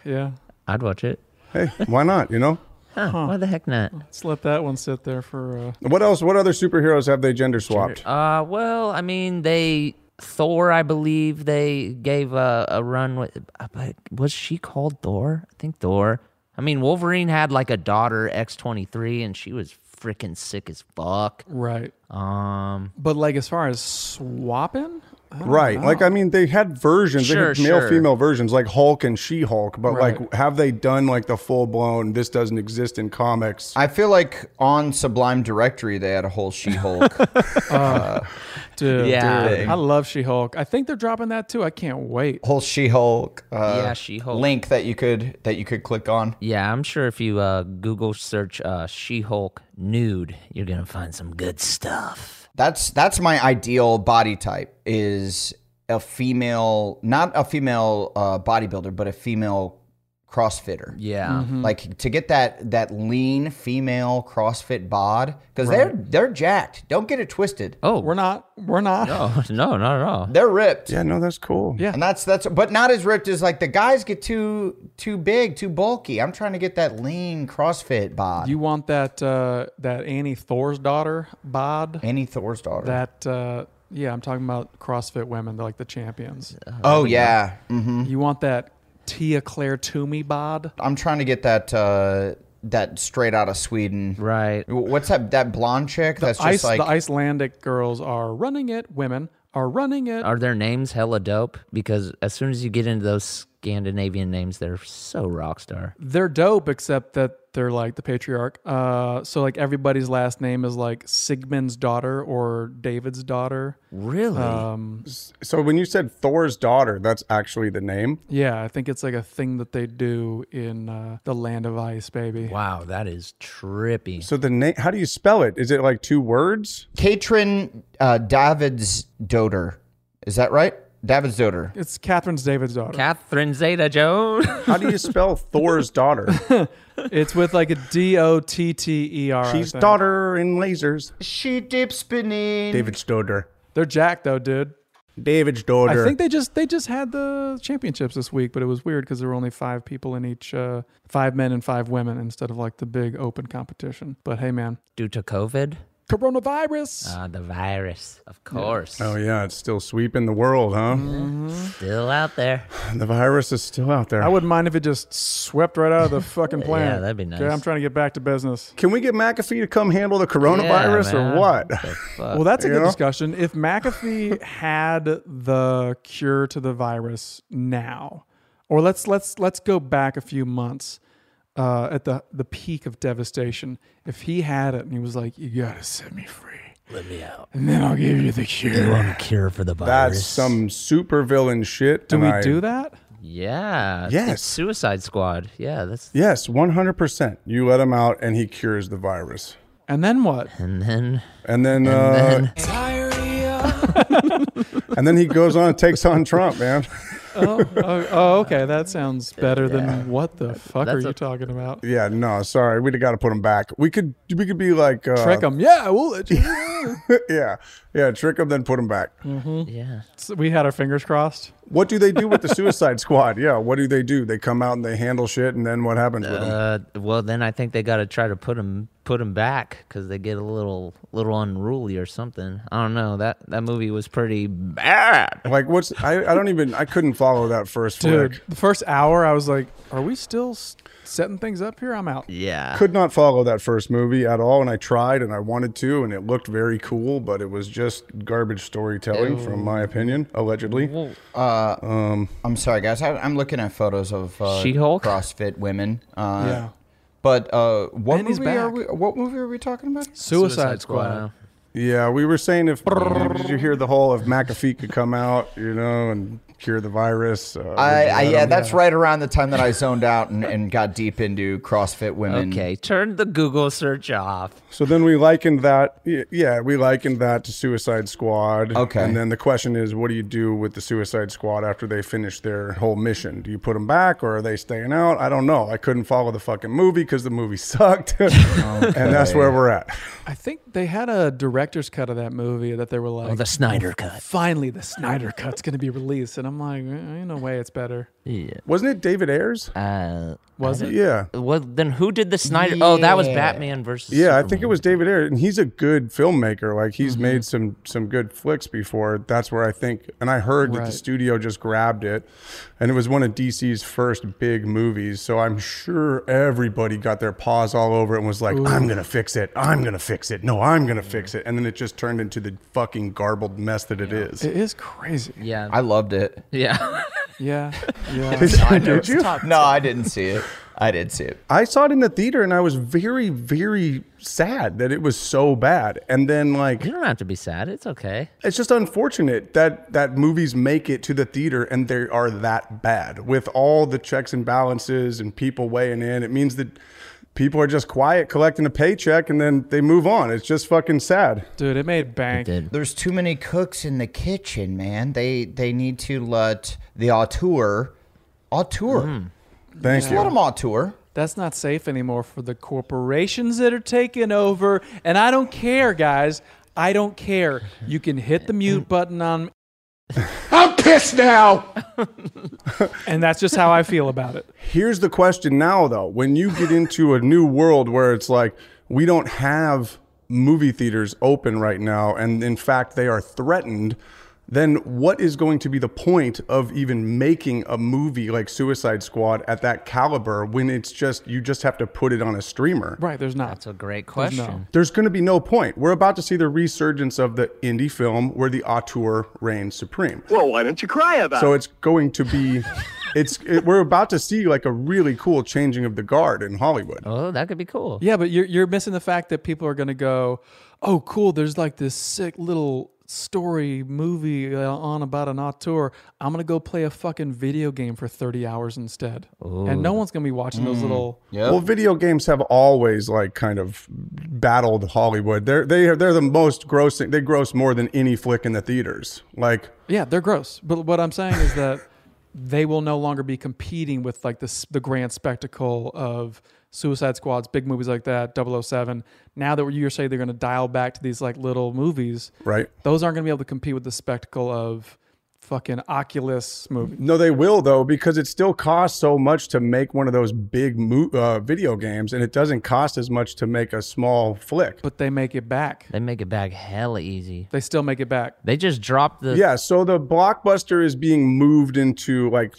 Yeah.
I'd watch it.
Hey, why not? You know.
Huh, Why the heck not?
Let's let that one sit there for. Uh,
What else? What other superheroes have they gender swapped?
Uh, well, I mean, they Thor, I believe they gave a, a run with. uh, But was she called Thor? I think Thor. I mean, Wolverine had like a daughter X twenty three, and she was freaking sick as fuck.
right.
Um,
But like as far as swapping, I don't
Right.
know.
Like, I mean, they had versions,
Sure,
they had male
sure.
female versions, like Hulk and She Hulk, but
Right.
like, have they done like the full blown, this doesn't exist in comics?
I feel like on Sublime Directory they had a
<laughs>
whole She-Hulk.
dude,
Yeah.
dude, I love She Hulk. I think they're dropping that too. I can't wait.
whole She-Hulk. Uh,
Yeah, She-Hulk.
link that you could that you could click on.
yeah, I'm sure if you uh, Google search uh, She Hulk nude, you're gonna find some good stuff.
That's that's my ideal body type is a female, not a female uh, bodybuilder, but a female CrossFitter.
Yeah.
Mm-hmm.
Like to get that that lean female CrossFit bod because they're they're jacked. Don't get it twisted.
Oh,
We're not. We're not.
no, <laughs> no, not at all.
They're ripped.
yeah, no, that's cool.
Yeah.
And that's that's but not as ripped as like the guys get too too big, too bulky. I'm trying to get that lean CrossFit bod.
You want that uh, that Annie Thor's daughter bod?
Annie Thor's daughter.
That uh, yeah, I'm talking about CrossFit women. They're like the champions.
oh yeah. hmm
You want that Tia Claire Toomey bod?
I'm trying to get that uh that straight out of Sweden.
Right.
What's that that blonde chick that's just
Ice,
like
the Icelandic girls are running it. Women are running it.
Are their names hella dope? Because as soon as you get into those Scandinavian names, they're so rock star.
they're dope, except that they're like the patriarch. Uh, so like everybody's last name is like Sigmund's daughter or David's daughter.
Really?
Um,
So when you said Thor's daughter, that's actually the name.
yeah, I think it's like a thing that they do in uh, the land of ice, baby.
Wow, that is trippy.
So the name, how do you spell it? Is it like two words?
Katrin uh, David's daughter. Is that right? David's daughter.
It's Catherine's David's daughter.
Catherine Zeta Jones.
How do
<laughs>
you spell Thor's daughter?
it's with like a D O T T E R. I
She's
think.
daughter in lasers.
She dips beneath.
David's daughter.
They're jacked though, dude.
David's daughter.
I think they just they just had the championships this week, but it was weird because there were only five people in each, uh, five men and five women instead of like the big open competition. But hey, man,
Due to COVID,
coronavirus.
uh, the virus, of course,
Oh yeah, it's still sweeping the world, huh?
still out there.
The virus is still out there.
Mm-hmm. I wouldn't mind if it just swept right out of the
<laughs>
fucking planet.
that'd be nice.
Okay, I'm trying to get back to business.
Can we get McAfee to come handle the coronavirus
Yeah, man.
or what?
The fuck?
Well, that's a
You
good
know?
discussion. If McAfee
<laughs>
had the cure to the virus now, or let's let's let's go back a few months uh, at the the peak of devastation. If he had it and he was like, "You gotta set me free, let me out, and then I'll give you the cure."
a cure for the virus.
That's some super villain shit.
Do
and
we
I-
do that?
yeah. it's
Yes.
Suicide Squad. Yeah, that's.
Yes, one hundred percent. You let him out, and he cures the virus.
And then <laughs> what?
And then
And then, uh, <laughs> and then he goes on and takes on Trump, man.
oh, oh, oh, okay. That <laughs> sounds better than what the fuck are
That's
you
a-
talking about?
Yeah, no, sorry, we'd have got to put him back. We could, we could be like, uh,
Trick
<laughs>
'em. Yeah, we'll let you. <laughs>
yeah, yeah, trick him, then put him back.
yeah,
So we had our fingers crossed.
What do they do with the Suicide Squad? Yeah, what do they do? They come out and they handle shit, and then what happens with them?
Uh, well, then I think they got to try to put him put him back because they get a little little unruly or something. I don't know. That that movie was pretty bad.
Like what's I, I don't even I couldn't follow that first
Dude,
flick.
the first hour, I was like, "Are we still s- setting things up here?" I'm out.
Yeah.
Could not follow that first movie at all, and I tried and I wanted to, and it looked very cool, but it was just garbage storytelling, from my opinion, allegedly.
Uh, I'm sorry, guys. I, I'm looking at photos of uh,
She-Hulk?
CrossFit women. Uh,
Yeah.
But uh, what
And he's
movie are
back.
we? What movie are we talking about?
Suicide Squad.
Yeah, we were saying if did you hear the whole if McAfee could come out, you know, and cure the virus. Uh,
I, I yeah,
don't-
that's right around the time that I zoned out and, and got deep into CrossFit women.
Okay, turn the Google search off.
So then we likened that, y- yeah, we likened that to Suicide Squad.
Okay.
And then the question is, what do you do with the Suicide Squad after they finish their whole mission? Do you put them back or are they staying out? I don't know. I couldn't follow the fucking movie because the movie sucked. <laughs> And that's where we're at.
I think they had a director's cut of that movie that they were like,
Oh,
"Oh,
the Snyder cut."
Finally, the Snyder cut's going to be released, and I'm like, eh, in a way, it's better.
Yeah.
Wasn't it David Ayers?
Uh,
Was
I
it?
don't-
Yeah.
Well, then who did the Snyder? Oh, that was
Yeah.
Batman versus.
Yeah, I think it was David Ayer, and he's a good filmmaker. Like
Mm-hmm.
he's made some some good flicks before. That's where I think, and I heard that the
Right.
studio just grabbed it, and it was one of DC's first big movies. So I'm sure everybody got their paws all over it and was like, "I'm gonna fix it. I'm gonna fix it. No, I'm gonna fix it." And then it just turned into the fucking garbled mess that it is.
It is crazy.
Yeah.
I loved it.
yeah.
Yeah.
<laughs> Did
Yeah.
you-
I know
did
it's
you?
top- No, I didn't see it. I did see it.
I saw it in the theater and I was very, very sad that it was so bad. And then like
You don't have to be sad. It's okay.
it's just unfortunate that that movies make it to the theater and they are that bad with all the checks and balances and people weighing in. It means that people are just quiet collecting a paycheck and then they move on. It's just fucking sad.
Dude, it made bank.
There's too many cooks in the kitchen, man. They they need to let the auteur, auteur.
Mm.
Thank
Just
you.
let them auteur.
That's not safe anymore for the corporations that are taking over. And I don't care, guys. I don't care. You can hit the mute button on.
<laughs> I'm pissed now.
<laughs> And that's just how I feel about it.
Here's the question now though. When you get into a new world where it's like we don't have movie theaters open right now and in fact they are threatened, then what is going to be the point of even making a movie like Suicide Squad at that caliber when it's just you just have to put it on a streamer?
Right. There's not.
That's a great question.
There's going to be no point. We're about to see the resurgence of the indie film where the auteur reigns supreme.
Well, why don't you cry about
So
it?
it's going to be, it's it, we're about to see like a really cool changing of the guard in Hollywood.
Oh, that could be cool.
Yeah, but you're you're missing the fact that people are gonna go, oh, cool. There's like this sick little story movie uh, on about an auteur. I'm gonna go play a fucking video game for 30 hours instead, and no one's gonna be watching
Mm.
those little.
Well, video games have always like kind of battled Hollywood. They're they are, they're the most grossing. They gross more than any flick in the theaters. Like
Yeah, they're gross. But what I'm saying is that <laughs> they will no longer be competing with like this the grand spectacle of Suicide Squads, big movies like that, 007. Now that you're saying they're going to dial back to these like little movies,
right.
those aren't going to be able to compete with the spectacle of fucking Oculus movie.
No, they will though because it still costs so much to make one of those big mo- uh, video games, and it doesn't cost as much to make a small flick.
But they make it back.
They make it back hella easy.
They still make it back.
They just dropped the.
Yeah, so the blockbuster is being moved into like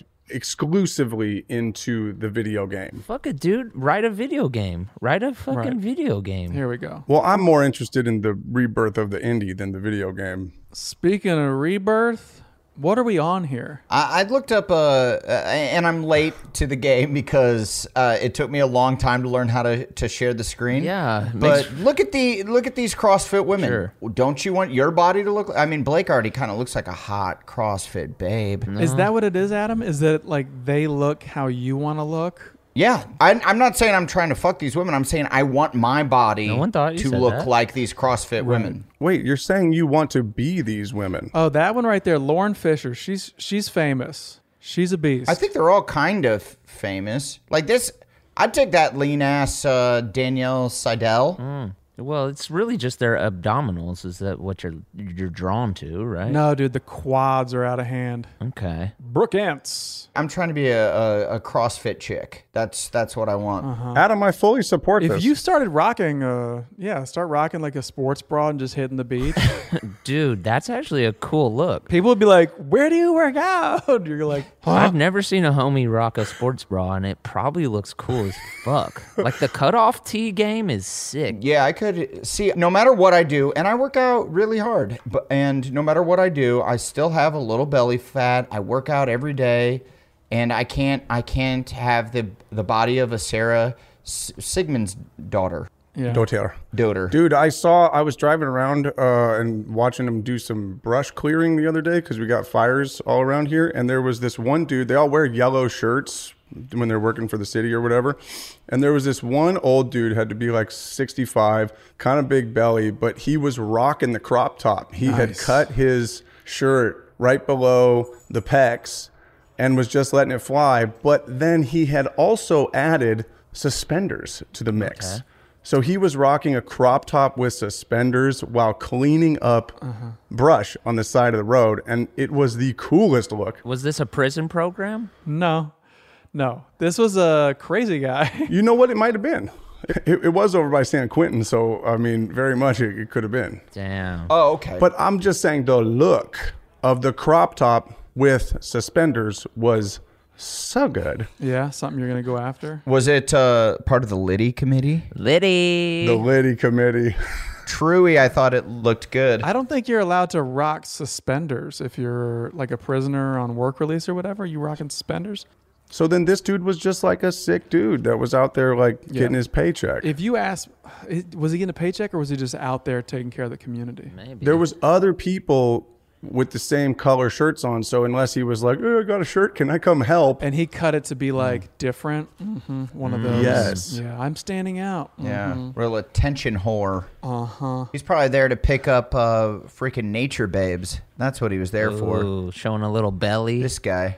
exclusively into the video game.
Fuck it, dude. Write a video game. Write a fucking
Right.
video game.
Here we go.
Well, I'm more interested in the rebirth of the indie than the video game.
Speaking of rebirth, what are we on here?
I, I looked up, uh, uh, and I'm late to the game because uh, it took me a long time to learn how to, to share the screen.
Yeah, it
but
makes-
look at the look at these CrossFit women.
Sure.
Don't you want your body to look? I mean, Blake already kind of looks like a hot CrossFit babe.
Uh-huh.
Is that what it is, Adam? Is that like they look how you want to look?
Yeah, I, I'm not saying I'm trying to fuck these women. I'm saying I want my body
No one thought you
to
said
look
that.
like these CrossFit women.
Wait, you're saying you want to be these women?
Oh, that one right there, Lauren Fisher. She's she's famous. She's a beast.
I think they're all kind of
Mm.
famous. Like this, I'd take that lean ass uh, Danielle Seidel.
Well, it's really just their abdominals. Is that what you're you're drawn to, right?
No, dude, the quads are out of hand.
Okay.
Brooke Ants.
I'm trying to be a, a, a CrossFit chick. That's that's what I want.
Adam, I fully support
Uh-huh. If
this.
you started rocking, uh, yeah, start rocking like a sports bra and just hitting the beach, <laughs>
Dude, that's actually a cool look.
people would be like, "Where do you work out?" <laughs> You're like, <laughs> huh?
I've never seen a homie rock a sports bra, and it probably looks cool
<laughs>
as fuck. Like the cutoff tee game is sick.
Yeah, I could see no matter what I do, and I work out really hard, but and no matter what I do, I still have a little belly fat. I work out every day, and I can't I can't have the the body of a Sarah S- Sigmund's daughter.
Yeah.
Doter.
Doter.
Dude, I saw, I was driving around uh, and watching them do some brush clearing the other day because we got fires all around here. And there was this one dude, they all wear yellow shirts when they're working for the city or whatever. And there was this one old dude, had to be like 65, kind of big belly, but he was rocking the crop top. He had cut his shirt right below the pecs and was just letting it fly. But then he had also added suspenders to the mix. So he was rocking a crop top with suspenders while cleaning up brush on the side of the road. And it was the coolest look.
Was this a prison program?
"No, no, this was a crazy guy." <laughs>
You know what it might have been? It, it was over by San Quentin. So, I mean, very much it, it could have been.
Damn.
Oh, okay.
But I'm just saying the look of the crop top with suspenders was so good.
yeah, something you're gonna go after.
was it uh, part of the Liddy committee?
Liddy.
The Liddy Committee. <laughs>
Truey, I thought it looked good.
I don't think you're allowed to rock suspenders if you're like a prisoner on work release or whatever. You rocking suspenders?
So then this dude was just like a sick dude that was out there like
Yeah.
getting his paycheck.
If you ask, was he getting a paycheck or was he just out there taking care of the community?
Maybe.
there was other people with the same color shirts on, so unless he was like, "Oh, I got a shirt, can I come help?"
And he cut it to be like different. hmm One of those.
Yes.
Yeah, I'm standing out.
yeah,
Mm-hmm.
real attention whore.
Uh
Uh-huh.
huh.
He's probably there to pick up uh, freaking nature babes. That's what he was there for.
Ooh, showing a little belly.
This guy,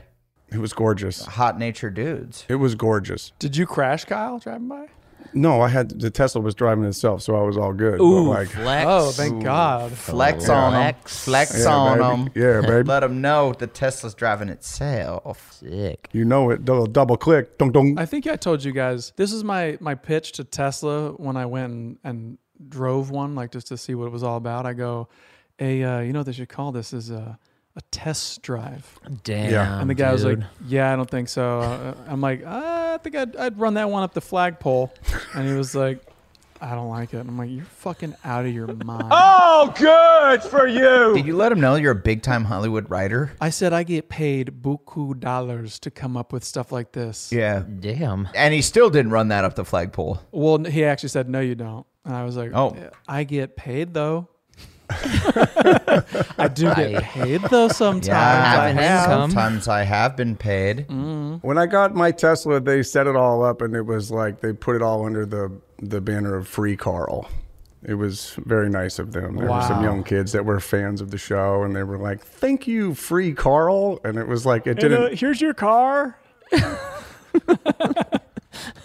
It was gorgeous.
hot nature dudes.
It was gorgeous.
Did you crash, Kyle, driving by?
No, I had the Tesla was driving itself, so I was all good.
Ooh,
but like,
flex.
Oh, thank God.
Flex on 'em.
Flex.
Flex
Oh, yeah,
on 'em.
baby.
<laughs>
Yeah, baby.
Let them know the Tesla's driving itself.
Sick.
you know it. Double, double click. Dong dong.
I think I told you guys this is my my pitch to Tesla when I went and, and drove one, like just to see what it was all about. I go, a uh, you know what they should call this is a a test drive.
Damn.
Yeah.
and the guy was
Oh,
like,
dude.
"Yeah, I don't think so." Uh, I'm like, uh, "I think I'd, I'd run that one up the flagpole," and he was like, "I don't like it." And I'm like, "You're fucking out of
<laughs>
your mind."
Did you let him know you're a big time Hollywood writer?
I said, "I get paid buku dollars to come up with stuff like this."
Yeah.
damn.
And he still didn't run that up the flagpole.
Well, he actually said, "No, you don't," and I was like,
Oh.
I get
<laughs>
paid though." I do get paid though sometimes. I
an
have.
income. Mm.
Sometimes I have been paid.
When I got my Tesla, they set it all up, and it was like they put it all under the the banner of Free Carl. It was very nice of them. There were some
Wow.
young kids that were fans of the show, and they were like, "Thank you, Free Carl," and it was like it
And, uh,
didn't. <laughs>
here's your car.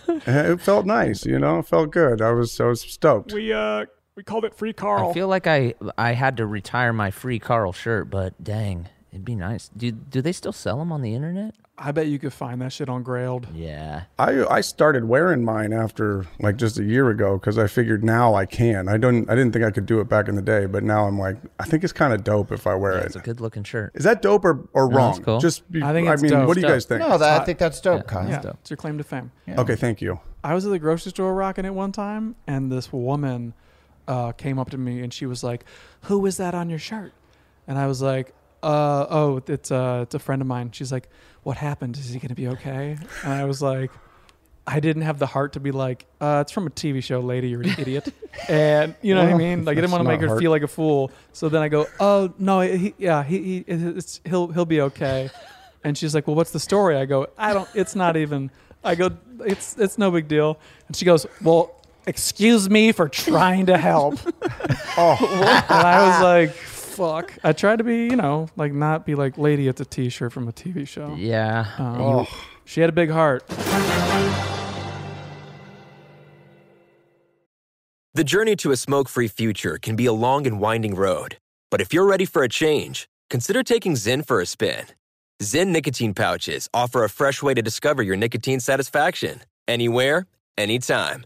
It felt nice, you know. It felt good. I was I was stoked.
We uh we called it Free
I
Carl.
feel like I I had to retire my free Carl shirt, but dang, it'd be nice. Do do they still sell them on the internet?
I bet you could find that shit on Grailed.
Yeah.
I I started wearing mine after like just a year ago because I figured now I can. I don't. I didn't think I could do it back in the day, but now I'm like, I think it's kind of dope if I wear it.
It's a good looking shirt.
Is that dope or, or wrong?
that's cool.
Just be,
I think
I
it's
mean,
dope.
what do you
Dope.
guys think?
No, that, I think that's dope, Kyle.
Yeah, it's your claim to fame.
Okay, thank you. <laughs>
I was at the grocery store rocking it one time, and this woman uh, came up to me and she was like, "Who is that on your shirt?" And I was like, "Uh, oh, it's uh, it's a friend of mine." She's like, "What happened? Is he gonna be okay?" And I was like, "I didn't have the heart to be like, uh, it's from a TV show, lady, you're
<laughs>
an idiot," and you know what I
Well,
mean. Like I didn't
that's
want to make
not
her
heart.
feel like a fool. So then I go, "Oh no, he, yeah, he, he it's, he'll he'll be okay." And she's like, "Well, what's the story?" I go, "I don't. It's not even." I go, "It's it's no big deal." And she goes, "Well, excuse me for trying to
<laughs>
help." <laughs> oh, and I was like, "Fuck!" I tried to be, you know, like not be like, "Lady, it's a T-shirt from a TV show."
Yeah.
Um,
Oh.
She had a big heart.
The journey to a smoke free future can be a long and winding road, but if you're ready for a change, consider taking Zen for a spin. Zen nicotine pouches offer a fresh way to discover your nicotine satisfaction anywhere, anytime.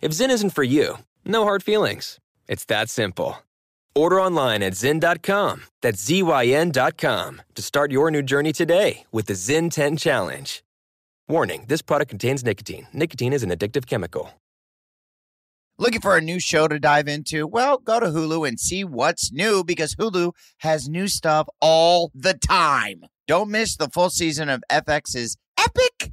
If Zen isn't for you, no hard feelings. It's that simple. Order online at Zen.com, that's Z-Y-N.com, to start your new journey today with the Zen 10 Challenge. Warning this product contains nicotine. Nicotine is an addictive chemical.
Looking for a new show to dive into? Well, go to Hulu and see what's new because Hulu has new stuff all the time. Don't miss the full season of FX's epic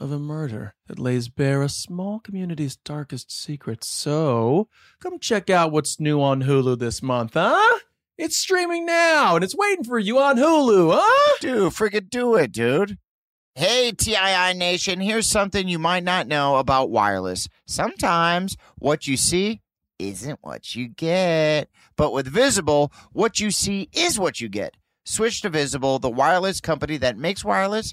of a murder that lays bare a small community's darkest secrets. So, come check out what's new on Hulu this month, huh? It's streaming now and it's waiting for you on Hulu, huh?
Dude, freaking do it, dude. Hey, TII Nation, here's something you might not know about wireless. Sometimes what you see isn't what you get. But with Visible, what you see is what you get. Switch to Visible, the wireless company that makes wireless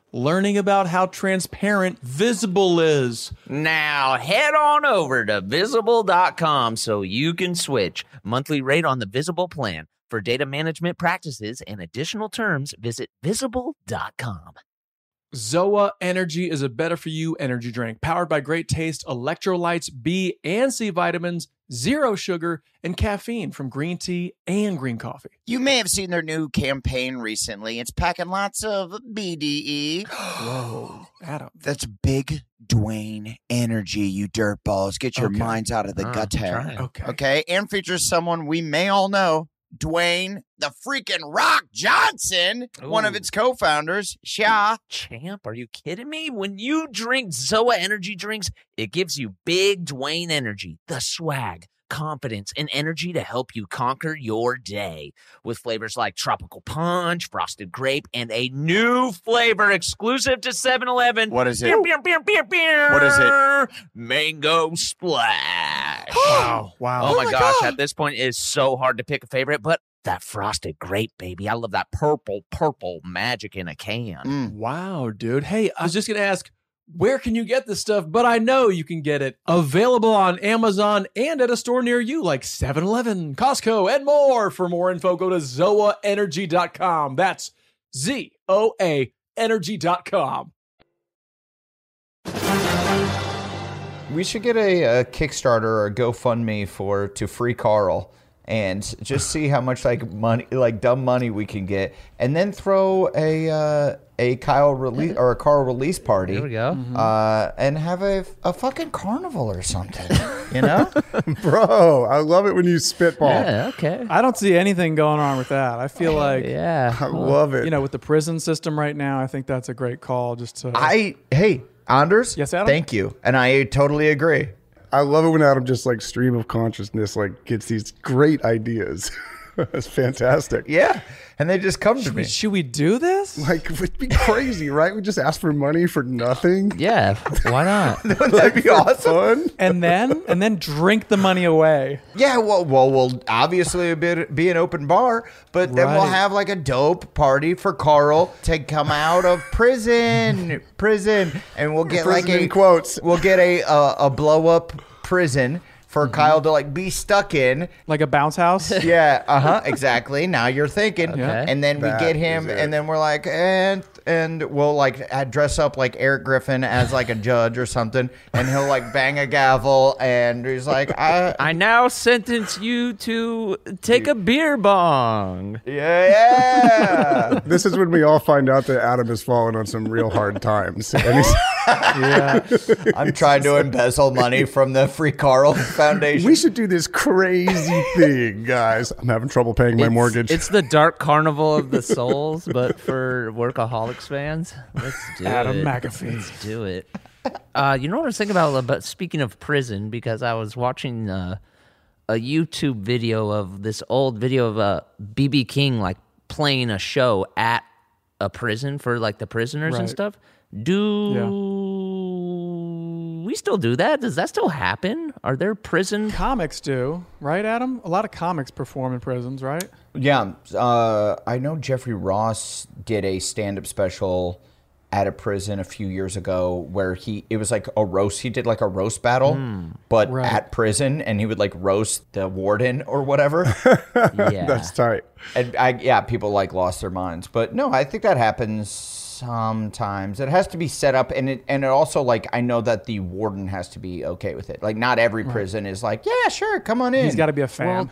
learning about how transparent Visible is.
Now head on over to visible.com so you can switch. Monthly rate on the visible plan. For data management practices and additional terms, visit visible.com.
Zoa Energy is a better for you energy drink powered by great taste, electrolytes, B and C vitamins, zero sugar, and caffeine from green tea and green coffee.
You may have seen their new campaign recently. It's packing lots of E. BDE.
Whoa, Adam.
That's big Dwayne energy, you dirtballs. Get your
Okay.
minds out of the
Ah,
gutter.
trying. Okay.
Okay. And features someone we may all know, Dwayne the freaking Rock Johnson, one of
Ooh.
its co founders. Sha.
Champ, are you kidding me? When you drink Zoa energy drinks, it gives you big Dwayne energy, the swag, confidence, and energy to help you conquer your day. With flavors like tropical punch, frosted grape, and a new flavor exclusive to 7 Eleven.
What is it?
What
is
it? Mango Splash.
<gasps> Wow, wow.
Oh, my, gosh, at this point it is so hard to pick a favorite, but that frosted grape, baby. I love that purple, purple magic in a can.
Mm.
Wow, dude. Hey, I was just going to ask, where can you get this stuff? But I know you can get it available on Amazon and at a store near you like 7 Eleven, Costco, and more. For more info, go to zoaenergy.com. That's Z O A energy.com.
We should get a, a Kickstarter or a GoFundMe for to free Carl and just see how much like money, like dumb money we can get, and then throw a uh, a Kyle release or a Carl release party. There we
go.
Mm-hmm.
Uh, and have a, a fucking carnival or something. <laughs> You know,
Bro, I love it when you spitball.
okay.
I don't see anything going wrong with that. I feel like,
Yeah.
I love it.
you know, with the prison system right now, I think that's a great call. Just to
I hey Anders.
Yes, Adam?
Thank you, and I totally agree.
I love it when Adam just like stream of consciousness like gets these great ideas. <laughs> That's fantastic.
Yeah. And they just come
to me.
should we do this?
Like, it'd be crazy, right? We just ask for money for nothing.
Yeah. Why
<laughs>
not?
That'd be awesome.
And then and then drink the money away.
Yeah, well, well, we'll obviously it'll be, be an open bar, but then we'll
Right.
have like a dope party for Carl to come out of
<laughs>
prison, prison, and we'll get like
Prison
a
in quotes.
We'll get a uh, a blow up prison for
Mm-hmm.
Kyle to like be stuck in,
like a bounce house.
<laughs>
Yeah, uh huh, exactly. Now you're thinking,
Okay.
and then
That
we get him,
is it.
and then we're like, and and we'll like uh, dress up like Eric Griffin as like a judge or something, and he'll like bang a gavel, and he's like, I
I now sentence you to take a beer bong.
Yeah.
<laughs> this is when we all find out that Adam has fallen on some real
<laughs>
hard times. And he's-
yeah, I'm trying to embezzle money from the Free Carl Foundation.
we should do this crazy thing, guys. I'm having trouble paying my
It's-
mortgage.
It's the dark carnival of the souls, but for workaholics fans. Let's do
Adam
it.
McAfee.
Let's do it. Uh, you know what I was thinking about? But speaking of prison, because I was watching uh, a YouTube video of this old video of uh, BB King like playing a show at a prison for like the prisoners
Right.
and stuff. Do we still do that? Does that still happen? Are there prison
comics do right, Adam? A lot of comics perform in prisons, right?
Yeah, uh, I know Jeffrey Ross did a stand-up special at a prison a few years ago where he it was like a roast. He did like a roast battle,
Mm.
but
Right.
at prison, and he would like roast the warden or whatever.
<laughs> Yeah.
That's tight.
And I, yeah, people like lost their minds, but no, I think that happens sometimes. It has to be set up, and it and it also like I know that the warden has to be okay with it. Like not every
Right.
prison is like, yeah, sure, come on in.
He's got to be a fan.
Well,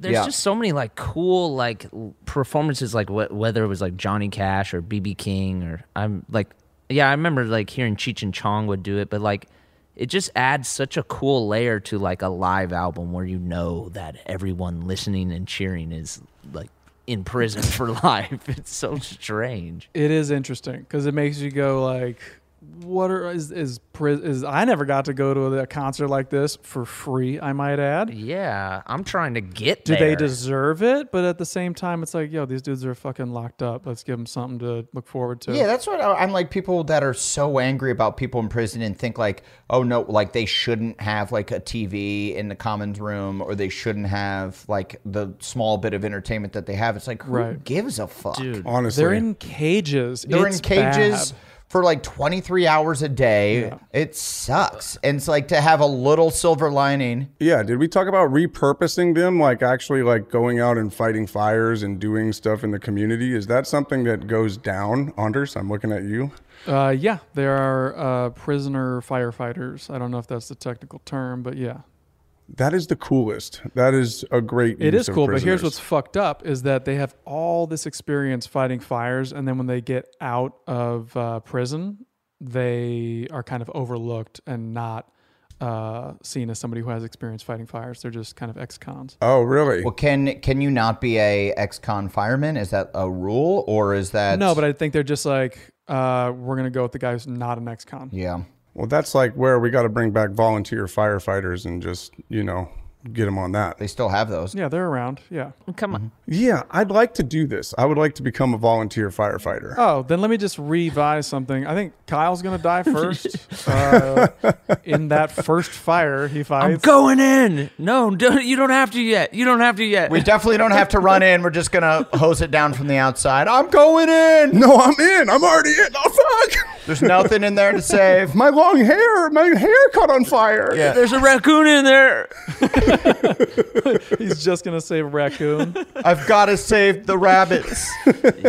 there's
Yeah.
just so many like cool like l- performances like wh- whether it was like Johnny Cash or BB King or I'm like yeah I remember like hearing Cheech and Chong would do it but like it just adds such a cool layer to like a live album where you know that everyone listening and cheering is like in prison for <laughs> life it's so strange
It is interesting because it makes you go like, "What are is is pris- is?" I never got to go to a concert like this for free. I might add.
Yeah, I'm trying to get
Do they
there.
deserve it? But at the same time, it's like, yo, these dudes are fucking locked up. Let's give them something to look forward to.
Yeah, that's what I- I'm like. People that are so angry about people in prison and think like, oh no, like they shouldn't have like a TV in the commons room or they shouldn't have like the small bit of entertainment that they have. It's like, who
Right.
gives a fuck?
Dude, they're in cages.
They're
It's
in cages
bad.
for like 23 hours a day. It sucks. And it's like to have a little silver lining.
Yeah, did we talk about repurposing them like actually like going out and fighting fires and doing stuff in the community? Is that something that goes down, Anders? I'm looking at you.
Uh, yeah, there are uh, prisoner firefighters. I don't know if that's the technical term, but yeah,
That is the coolest. That is a great
It
use
is
of
cool, but here's
prisoners.
what's fucked up is that they have all this experience fighting fires, and then when they get out of uh, prison, they are kind of overlooked and not uh, seen as somebody who has experience fighting fires. They're just kind of ex-cons.
Oh, really?
Well, can can you not be a ex-con fireman? Is that a rule or is that
no, but I think they're just like uh, we're gonna go with the guy who's not an ex-con.
Yeah.
Well, that's like where we got to bring back volunteer firefighters and just, you know, get them on that.
They still have those.
Yeah, they're around. Yeah,
come on.
Yeah, I'd like to do this. I would like to become a volunteer firefighter.
Oh, then let me just revise something. I think Kyle's gonna die first. uh, in that first fire, he fights.
I'm going in no don't, you don't have to yet you don't have to yet
We definitely don't have to run in. We're just gonna hose it down from the outside. I'm going in.
No, I'm in. I'm already in. Oh fuck! <laughs>
There's nothing in there to save.
My long hair, my hair caught on fire.
Yeah.
there's a raccoon in there
He's just gonna save a raccoon.
I've got to save the rabbits.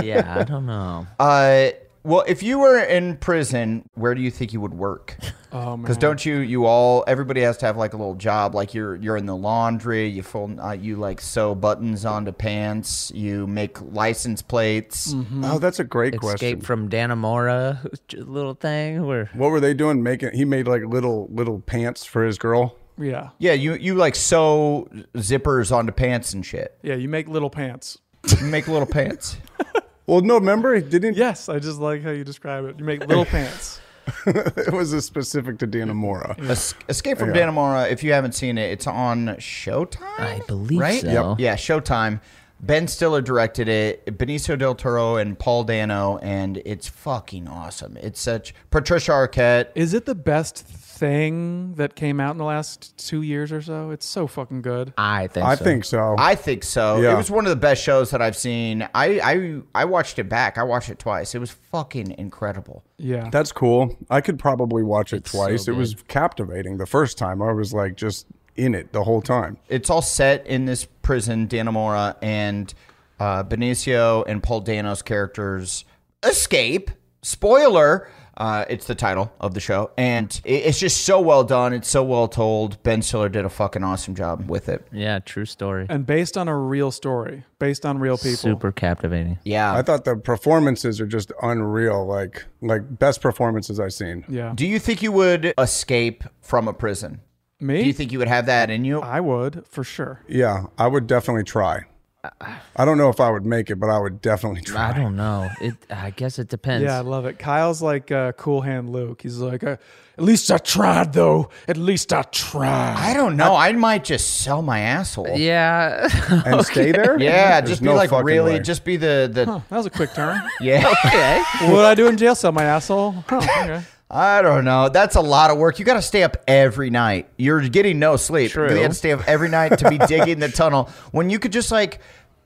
yeah I don't know
Uh, well, if you were in prison, where do you think you would work?
Oh man.
Because don't you? You all. Everybody has to have like a little job. Like you're you're in the laundry. You fold. Uh, you like sew buttons onto pants. You make license plates.
Mm. Mm-hmm.
Oh, that's a great question.
Escape from Danamora <laughs> little thing where
What were they doing? Making he made like little little pants for his girl.
Yeah.
Yeah, you you like sew zippers onto pants and shit.
Yeah, you make little pants.
You make little pants.
Well, no, remember it didn't. <laughs>
Yes, I just like how you describe it. You make
<laughs>
little pants.
it was a specific to Danamora.
Es- Escape from
Yeah.
Danamora, if you haven't seen it, it's on Showtime.
I believe
right?
so.
Yeah, Showtime. Ben Stiller directed it, Benicio del Toro and Paul Dano, and it's fucking awesome. It's such Patricia Arquette.
Is it the best thing that came out in the last two years or so? It's so fucking good.
I
think so.
I think so.
Yeah.
It was one of the best shows that I've seen. I, I I watched it back. I watched it twice. It was fucking incredible.
Yeah.
That's cool. I could probably watch it twice.
so
it was captivating the first time. I was like just in it the whole time.
It's all set in this prison, Danamora and uh, Benicio and Paul Dano's characters escape. Spoiler. Uh, it's the title of the show, and it, it's just so well done. It's so well told. Ben Stiller did a fucking awesome job with it.
Yeah, true story.
And based on a real story, based on real people.
Super captivating.
Yeah.
I thought the performances are just unreal. Like like best performances I've seen.
Yeah.
Do you think you would escape from a prison?
Me?
Do you think you would have that in you?
I would, for sure.
Yeah, I would definitely try. I don't know if I would make it, but I would definitely <laughs>
<laughs>
try.
I don't know. It. I guess it depends.
Yeah, I love it. Kyle's like uh, Cool Hand Luke. He's like, uh, at least I tried, though. At least I tried.
I don't know. I, might just sell my asshole.
Yeah. <laughs>
And stay there?
Yeah,
There's
just be
no
like
fucking
really,
way.
just be the the.
Huh, that was a quick turn.
<laughs>
<laughs>
Yeah.
Okay.
what would I do in jail cell, my asshole? Huh, okay.
I don't know. That's a lot of work. You got to stay up every night. You're getting no sleep.
True.
You got to stay up every night to be digging the tunnel when you could just like,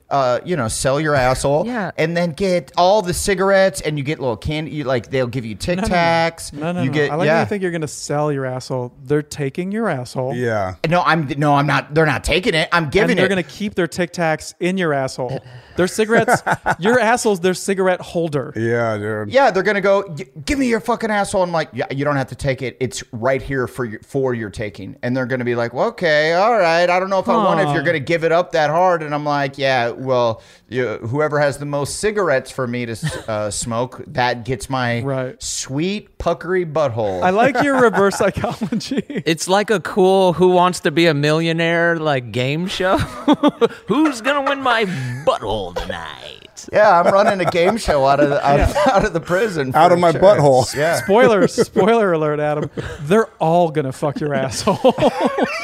uh, you know, sell
<laughs>
your asshole.
Yeah.
And then get all the cigarettes, and you get little candy. You like they'll give you Tic Tacs.
No, no,
You
no.
get
I like
yeah.
how you think you're going to sell your asshole. They're taking your asshole.
Yeah.
No, I'm no, I'm not. They're not taking it. I'm giving
and they're
it.
gonna keep their Tic Tacs in your asshole. Their cigarettes, your asshole's their cigarette holder.
Yeah, dude.
yeah, they're gonna go. "Y- Give me your fucking asshole. I'm like, yeah, you don't have to take it. It's right here for your, for your taking. And they're gonna be like, well, okay, all right. I don't know if I want it if
Aw.
you're gonna give it up that hard. And I'm like, yeah, well, you, whoever has the most cigarettes for me to s- uh, smoke, that gets my
Right.
sweet puckery butthole.
I like your reverse psychology.
It's like a cool Who Wants to Be a Millionaire like game show. <laughs> Who's gonna win my butthole tonight?
yeah, I'm running a game show out of the, out, of- <laughs> out of the prison.
Out
for
of my
<laughs>
insurance.
butthole.
Yeah.
Spoiler, spoiler alert, Adam. They're all gonna fuck your asshole.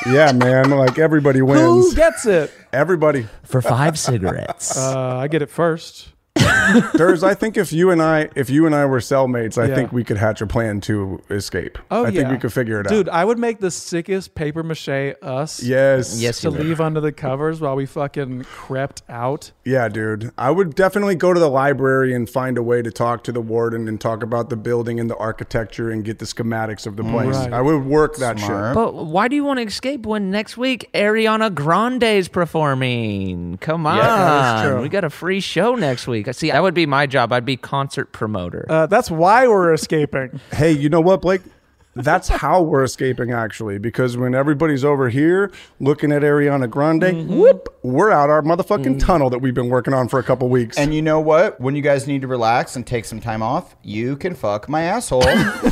Yeah, man. Like everybody
Who
wins.
gets it?
Everybody.
For five cigarettes.
Uh, I get it first.
Durs, I think if you and I if you and I were cellmates, I
Yeah.
think we could hatch a plan to escape.
Oh
I
yeah,
think we could figure it
Dude,
out.
I would make the sickest paper mache us.
Yes.
Yes,
To
you would.
leave under the covers while we fucking crept out.
Yeah, dude. I would definitely go to the library and find a way to talk to the warden and talk about the building and the architecture and get the schematics of the place.
Mm, Right.
I would work that
Smart.
shit.
But Oh, why do you want to escape when next week Ariana Grande's performing? Come on.
that is true.
We got a free show next week. See, that would be my job. I'd be concert promoter.
Uh, that's why we're escaping.
Hey, you know what, Blake? That's how we're escaping, actually, because when everybody's over here looking at Ariana Grande, whoop, we're out our motherfucking tunnel that we've been working on for a couple weeks.
And you know what? When you guys need to relax and take some time off, you can fuck my asshole. <laughs>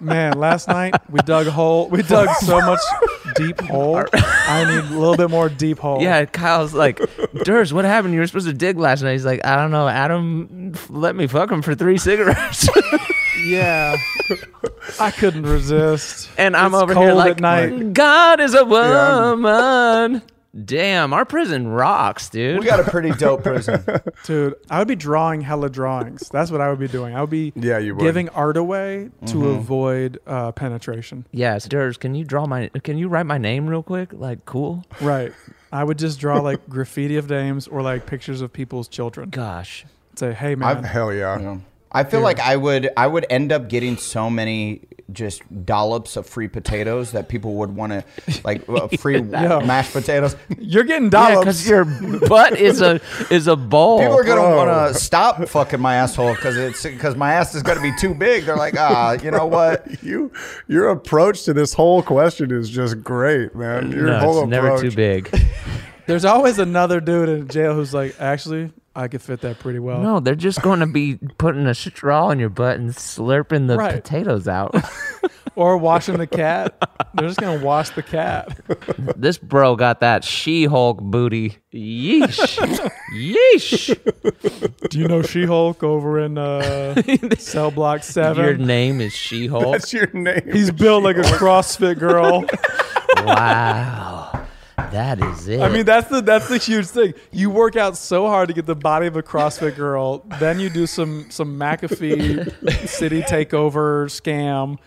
Man, last night we dug hole. We dug so much deep hole. I need a little bit more deep hole.
yeah, Kyle's like, Durs, what happened? You were supposed to dig last night. He's like, I don't know. Adam f- let me fuck him for three cigarettes.
<laughs> yeah. I couldn't resist.
and I'm
It's
over
cold
here like,
at night.
God is a woman. Damn, our prison rocks, dude.
We got a pretty dope prison.
Dude, I would be drawing hella drawings. That's what I would be doing. I would be
Yeah, you would.
giving art away to avoid uh, penetration.
yes, Durs, can you draw my, can you write my name real quick? Like, cool.
Right. I would just draw like graffiti of names or like pictures of people's children.
Gosh.
Say, hey
I've,
man,
hell yeah.
I feel like I would I would end up getting so many just dollops of free potatoes that people would want to like
<laughs>
uh, free mashed potatoes. People
you're getting
Yeah,
dollops.
because your <laughs> butt is a is a bowl.
are gonna
Whoa.
want to stop fucking my asshole because it's because my ass is gonna be too big. They're like, ah, you know what?
<laughs> You, your approach to this whole question is just great, man. Your
no,
whole
it's never
approach.
too big.
There's always another dude in jail who's like, actually, I could fit that pretty well.
No, they're just going to be putting a straw in your butt and slurping the
Right.
potatoes out. <laughs>
Or washing the cat. They're just gonna wash the cat.
this bro got that She-Hulk booty. Yeesh, yeesh.
Do you know She Hulk over in uh, cell block
Your
seven?
name is
<laughs>
She-Hulk.
That's your name.
He's built like a CrossFit girl.
wow. That is it.
I mean, that's the that's the huge thing. You work out so hard to get the body of a CrossFit girl, then you do some some McAfee city takeover scam.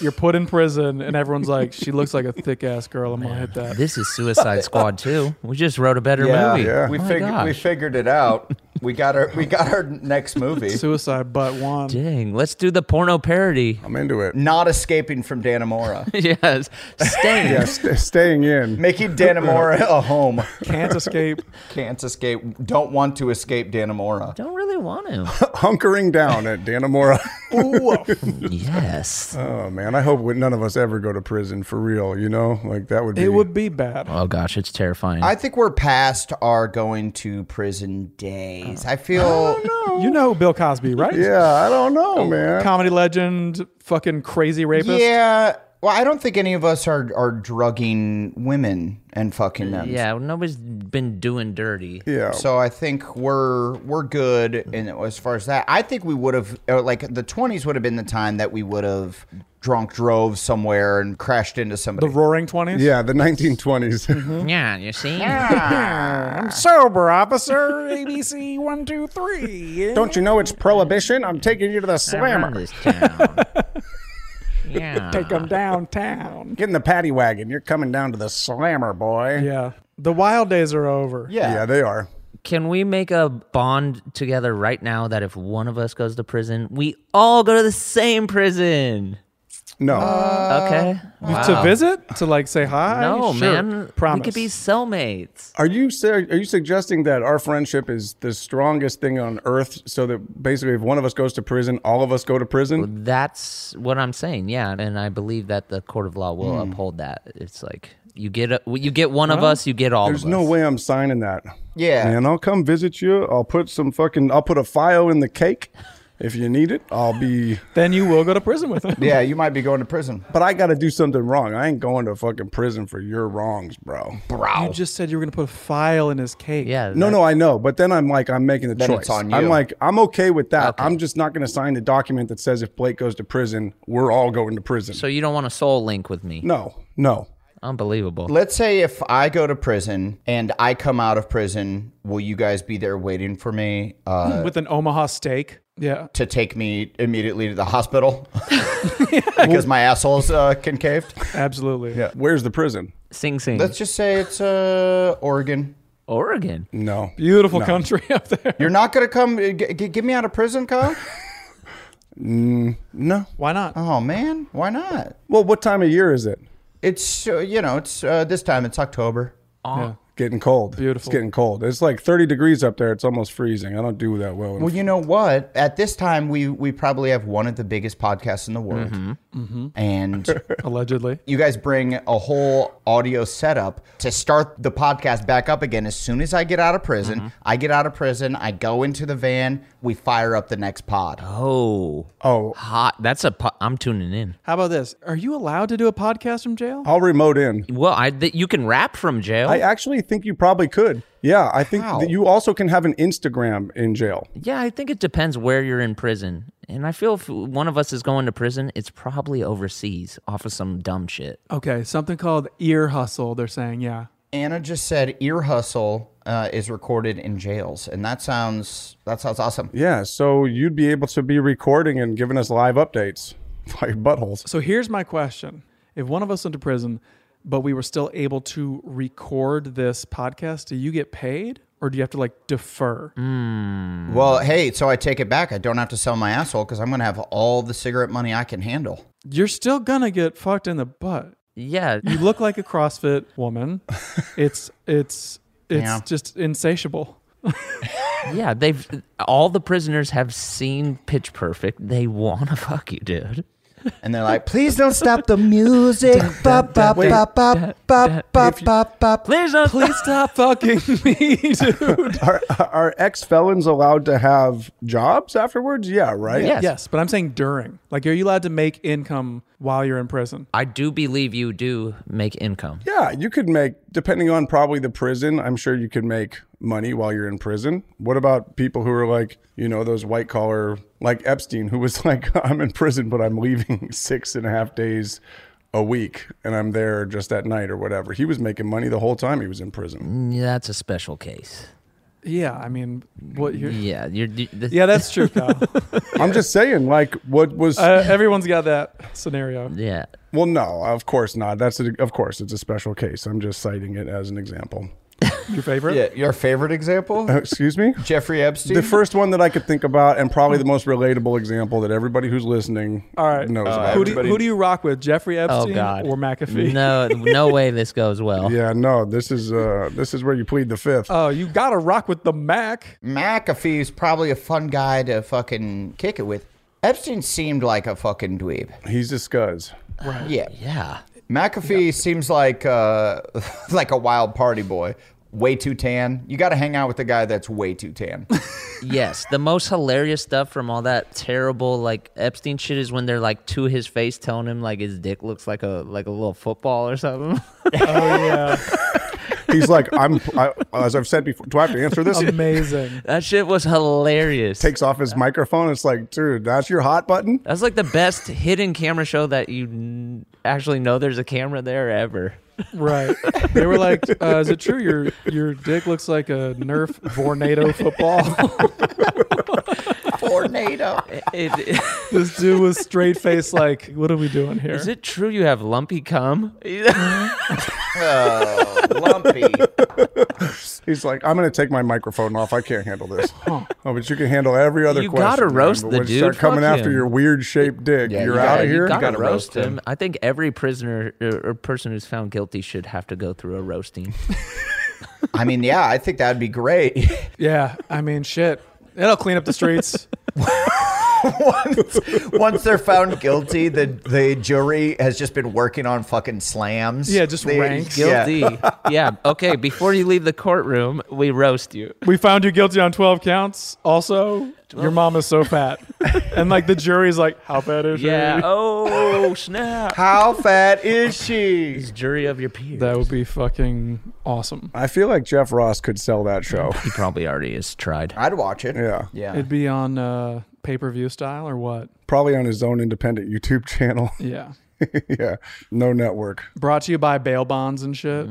You're put in prison, and everyone's like, "She looks like a thick ass girl." I'm gonna hit that.
This is Suicide Squad too. We just wrote a better
yeah,
movie. Oh
yeah. We,
My
figured, we
gosh.
figured it out. We got our we got our next movie.
Suicide Butt One.
Dang, let's do the porno parody.
I'm into it.
Not escaping from Danamora.
yes, staying.
Yeah, st- staying
<laughs>
in.
Making Danamora a home.
Can't escape.
Can't escape. Don't want to escape
<laughs>
Danamora.
Don't really want to.
Hunkering down at Danamora.
yes.
<laughs> oh man, I hope we- none of us ever go to prison for real. You know, like that would be.
It would be bad.
Oh gosh, it's terrifying.
I think we're past our going to prison days. I feel
You know Bill Cosby, right?
Yeah, I don't know, man.
Comedy legend, fucking crazy rapist.
Yeah. Well, I don't think any of us are are drugging women and fucking them.
yeah, nobody's been doing dirty.
Yeah.
So I think we're we're good and as far as that. I think we would have uh, like the 20s would have been the time that we would have drunk drove somewhere and crashed into
The
somebody.
Roaring Twenties.
yeah, the 1920s.
Mm-hmm. Yeah, you see.
I'm sober, <laughs> officer. ABC one two three.
<laughs> Don't you know it's prohibition? I'm taking you to the
Around
slammer.
this town. yeah.
take them downtown.
Get in the paddy wagon. You're coming down to the slammer, boy.
Yeah, the wild days are over.
Yeah, they are.
Can we make a bond together right now that if one of us goes to prison, we all go to the same prison?
No.
Uh, Okay.
To visit, to like say hi.
No,
Sure.
man.
Promise.
We could be cellmates.
Are you su- are you suggesting that our friendship is the strongest thing on earth? So that basically, if one of us goes to prison, all of us go to prison.
That's what I'm saying. Yeah, and I believe that the court of law will
Hmm.
uphold that. It's like you get a, you get one of us, you get all
There's
of us.
no way I'm signing that.
Yeah.
man, I'll come visit you. I'll put some fucking. I'll put a file in the cake if you need it. I'll be.
Then you will go to prison with him.
Yeah, you might be going to prison.
But I got to do something wrong. I ain't going to fucking prison for your wrongs, bro.
You just said you were gonna put a file in his cake.
Yeah.
No, no, I know. But then I'm like, I'm making the
Then
choice.
it's on you.
I'm like, I'm okay with that. I'm just not going to sign the document that says if Blake goes to prison, we're all going to prison.
So you don't want a soul link with me?
no, no.
Unbelievable.
Let's say if I go to prison and I come out of prison, will you guys be there waiting for me uh,
<laughs> With an Omaha steak. Yeah.
to take me immediately to the hospital <laughs> because my asshole's uh, concaved?
Absolutely.
Yeah. Where's the prison?
Sing Sing,
Let's just say it's uh, Oregon.
Oregon.
No.
Beautiful <laughs> country up there.
You're not gonna come uh, g- g- get me out of prison, Kyle?
No.
Why not?
oh man, why not?
Well, what time of year is it?
It's uh, you know, it's uh, this time it's October.
Getting cold.
Beautiful.
It's getting cold. It's like 30 degrees up there. It's almost freezing. I don't do that well. in-
Well, you know what? At this time, we we probably have one of the biggest podcasts in the world,
Mm-hmm.
and
<laughs> Allegedly.
you guys bring a whole audio setup to start the podcast back up again. As soon as I get out of prison,
Mm-hmm.
I get out of prison, I go into the van, we fire up the next pod.
Oh,
oh,
hot. That's a. Po- I'm tuning in.
How about this? Are you allowed to do a podcast from jail?
I'll remote in.
Well, I th- you can rap from jail.
I actually think you probably could. Yeah, I think
How?
that you also can have an Instagram in jail.
yeah, I think it depends where you're in prison. And I feel if one of us is going to prison, it's probably overseas off of some dumb shit.
Oh.
Okay. Something called ear hustle. They're saying, yeah.
Anna just said ear hustle uh, is recorded in jails, and that sounds that sounds awesome.
Yeah, so you'd be able to be recording and giving us live updates <laughs> by your buttholes.
So here's my question. If one of us went to prison, but we were still able to record this podcast, do you get paid or do you have to like defer?
Mm.
Well, hey, so I take it back. I don't have to sell my asshole because I'm going to have all the cigarette money I can handle.
You're still gonna get fucked in the butt.
Yeah.
You look like a CrossFit woman. It's it's it's
Yeah.
just insatiable.
Yeah, they've all the prisoners have seen Pitch Perfect. They want to fuck you, dude.
And they're like, please don't stop the music. Bop, bop, bop, bop, bop, bop, bop, bop.
Please don't. Please stop.
Fucking <laughs> me, dude.
Are, are ex felons allowed to have jobs afterwards? Yeah, right?
Yes.
yes, but I'm saying during. Like, are you allowed to make income while you're in prison?
<laughs> I do believe you do make income.
Yeah, you could make, depending on probably the prison, I'm sure you could make money while you're in prison. What about people who are like, you know, those white <laughs> collar, like Epstein, who was like, I'm in prison, but I'm leaving six and a half days a week and I'm there just at night or whatever. He was making money the whole time he was in prison.
Mm, That's a special case.
Yeah, I mean, what you're.
Yeah, you're. you- this-
Yeah, that's true, pal.
I'm just saying, like, what was?
Uh, everyone's got that scenario.
Yeah.
well, no, of course not. That's a, of course it's a special case. I'm just citing it as an example.
Your favorite?
Yeah, your favorite example?
<laughs> Uh, excuse me,
Jeffrey Epstein.
the first one that I could think about, and probably the most relatable example that everybody who's listening
All right.
knows
Uh,
about.
who, do,
everybody-
who do you rock with, Jeffrey Epstein
Oh, God.
or McAfee?
No, <laughs> no way this goes well.
yeah, no, this is uh, this is where you plead the fifth.
Oh, you gotta rock with
<laughs>
the Mac.
McAfee's probably a fun guy to fucking kick it with. Epstein seemed like a fucking dweeb.
He's a scuzz.
Yeah.
Yeah.
McAfee seems like uh, <laughs> like a wild party boy. Way too tan. You got to hang out with the guy that's way too tan.
Yes, the most hilarious stuff from all that terrible like Epstein shit is when they're like to his face telling him like his dick looks like a like a little football or something.
He's like, I'm. I, as I've said before, do I have to answer this?
Amazing.
that shit was hilarious.
Takes off his microphone. It's like, dude, that's your hot button.
That's like the best hidden camera show that you n- actually know there's a camera there ever.
Right. They were like, uh, "Is it true your your dick looks like a Nerf Vornado football?" <laughs>
Tornado.
It- <laughs>
this dude was straight face, like, "What are we doing here?"
is it true you have lumpy cum?
Oh, lumpy.
He's like, I'm going to take my microphone off. I can't handle this. oh, but you can handle every other
You
question.
gotta
man.
roast
But
the
when you Start
dude.
coming
Fuck
after
him.
your weird shaped dick.
Yeah,
you're
you
out
gotta-
of
you
here.
gotta, roast him. I think every prisoner uh, or, or person who's found guilty should have to go through a <laughs> roasting.
I mean, yeah, I think that'd be great. <laughs>
Yeah. I mean, shit. It'll clean up the streets.
once, once they're found guilty, the the jury has just been working on fucking slams.
Yeah, just
They-
ranks.
Guilty.
Yeah.
Yeah. Okay. Before you leave the courtroom, we roast you.
we found you guilty on twelve counts. Also, your mom is so fat, and like the jury's like, "How fat is she?"
<laughs> Yeah. Oh snap!
How fat is she?
Jury of your peers.
That would be fucking awesome.
I feel like Jeff Ross could sell that show.
he probably already is tried.
I'd watch it.
Yeah.
Yeah.
It'd be on uh, pay per view style or what?
Probably on his own independent YouTube channel.
Yeah.
<laughs> yeah. No network.
<laughs> Brought to you by bail bonds and shit.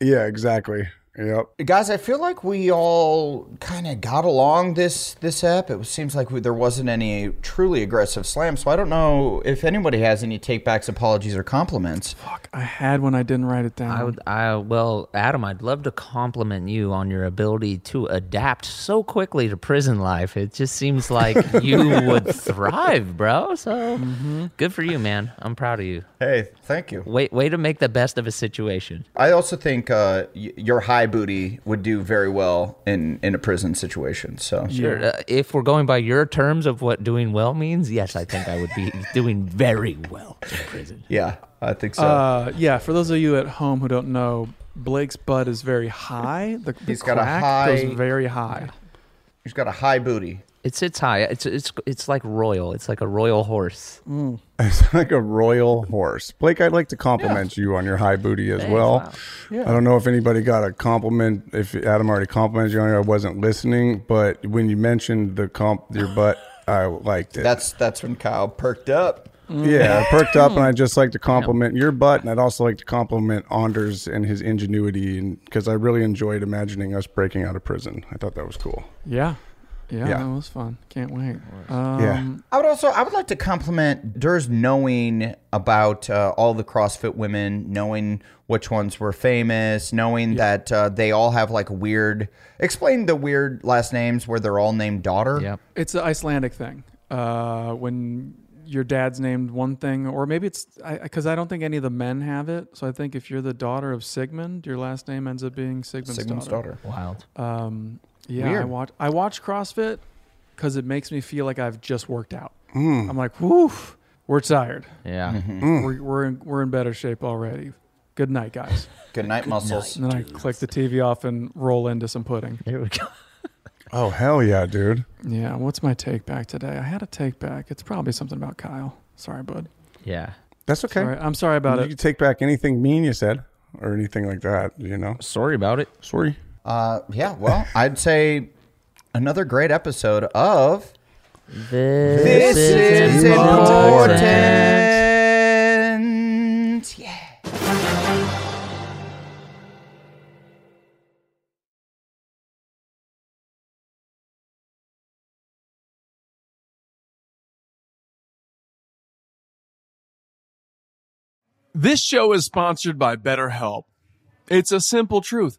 Yeah, exactly. Yep. <laughs>
Guys, I feel like we all kind of got along this this ep. It seems like we, there wasn't any truly aggressive slam, so I don't know if anybody has any takebacks, apologies, or compliments.
Fuck, I had one I didn't write it down.
I would. I well, Adam, I'd love to compliment you on your ability to adapt so quickly to prison life. It just seems <laughs> like you would thrive, bro. So good for you, man. I'm proud of you.
Hey, thank you.
Way, way to make the best of a situation.
I also think uh, y- your high booty would do very well in in a prison situation. So
Sure. Uh, if we're going by your terms of what doing well means, yes, I think I would <laughs> be doing very well in prison.
yeah, I think so.
Uh, yeah, for those of you at home who don't know, Blake's butt is very high. The, the
He's got a
crack
high-
goes very high.
He's got a high booty.
It sits high. It's it's it's like royal. It's like a royal horse.
It's like a royal horse. Blake, I'd like to compliment you on your high booty as well. I don't know if anybody got a compliment, if Adam already complimented you on it. I wasn't listening, but when you mentioned the comp, your
<laughs>
butt, I liked it.
That's that's when Kyle perked up.
yeah,
Mm.
I perked up, and I'd just like to compliment your butt. And I'd also like to compliment Anders and his ingenuity because I really enjoyed imagining us breaking out of prison. I thought that was cool.
Yeah. Yeah,
Yeah.
that was fun. Can't wait.
Yeah.
Um,
I would also I would like to compliment Durs knowing about uh, all the CrossFit women, knowing which ones were famous, knowing that uh, they all have like weird. Explain the weird last names where they're all named daughter.
Yep.
It's an Icelandic thing. Uh, when your dad's named one thing, or maybe it's because I, don't think any of the men have it. So I think if you're the daughter of Sigmund, your last name ends up being Sigmund's,
Sigmund's
daughter.
daughter.
Wild.
Um, yeah, I
Weird.
watch I watch CrossFit because it makes me feel like I've just worked out.
Hmm.
I'm like, woof, we're tired.
Yeah.
We're we're in, we're in better shape already. Good night, guys.
Good night, muscles.
And
<laughs>
then I click the TV off and roll into some pudding.
There we go. <laughs>
Oh hell yeah, dude!
Yeah, what's my take back today? I had a take back. It's probably something about Kyle. Sorry, bud.
Yeah.
That's okay.
Sorry. I'm sorry about
you
it.
can take back anything mean you said or anything like that. You know.
Sorry about it.
Sorry.
Uh, yeah. Well, I'd say another great episode of
This,
This is
Important.
important.
This show is sponsored by BetterHelp. It's a simple truth.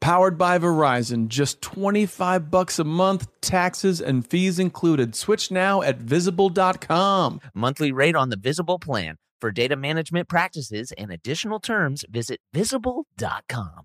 powered by Verizon. Just 25 bucks a month, taxes and fees included. Switch now at visible.com.
Monthly rate on the Visible plan. For data management practices and additional terms, visit visible.com.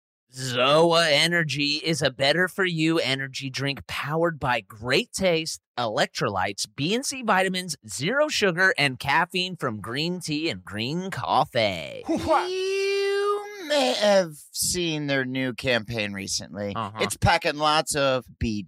Zoa Energy is a better for you energy drink powered by great taste, electrolytes, B and C vitamins, zero sugar, and caffeine from green tea and green coffee.
You may have seen their new campaign recently.
Uh-huh.
It's packing lots of E.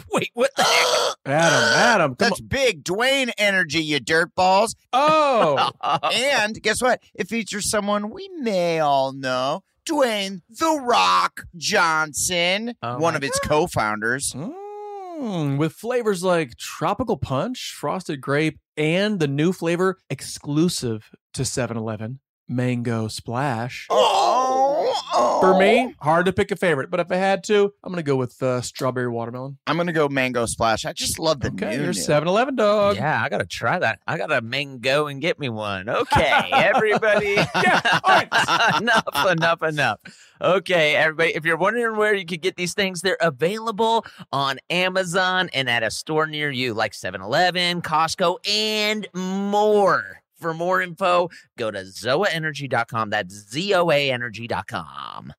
BDE.
Wait, what the heck?
Adam, Adam,
That's big Dwayne energy, you dirtballs.
Oh.
and guess what? It features someone we may all know. Dwayne The Rock Johnson, one
Oh my
of its co founders.
Mm, with flavors like tropical punch, frosted grape, and the new flavor exclusive to 7 Eleven, mango splash. Oh. For me, hard to pick a favorite, but if I had to, I'm going to go with uh, strawberry watermelon.
I'm gonna go mango splash. I just love the
Okay,
new.
you're
new.
7 Eleven dog.
Yeah, I gotta try that. I gotta mango and get me one. Okay, everybody. <laughs> enough, enough, enough. Okay, everybody. If you're wondering where you could get these things, they're available on Amazon and at a store near you, like 7-Eleven, Costco, and more. For more info, go to zoaenergy.com. That's z o a energy.com.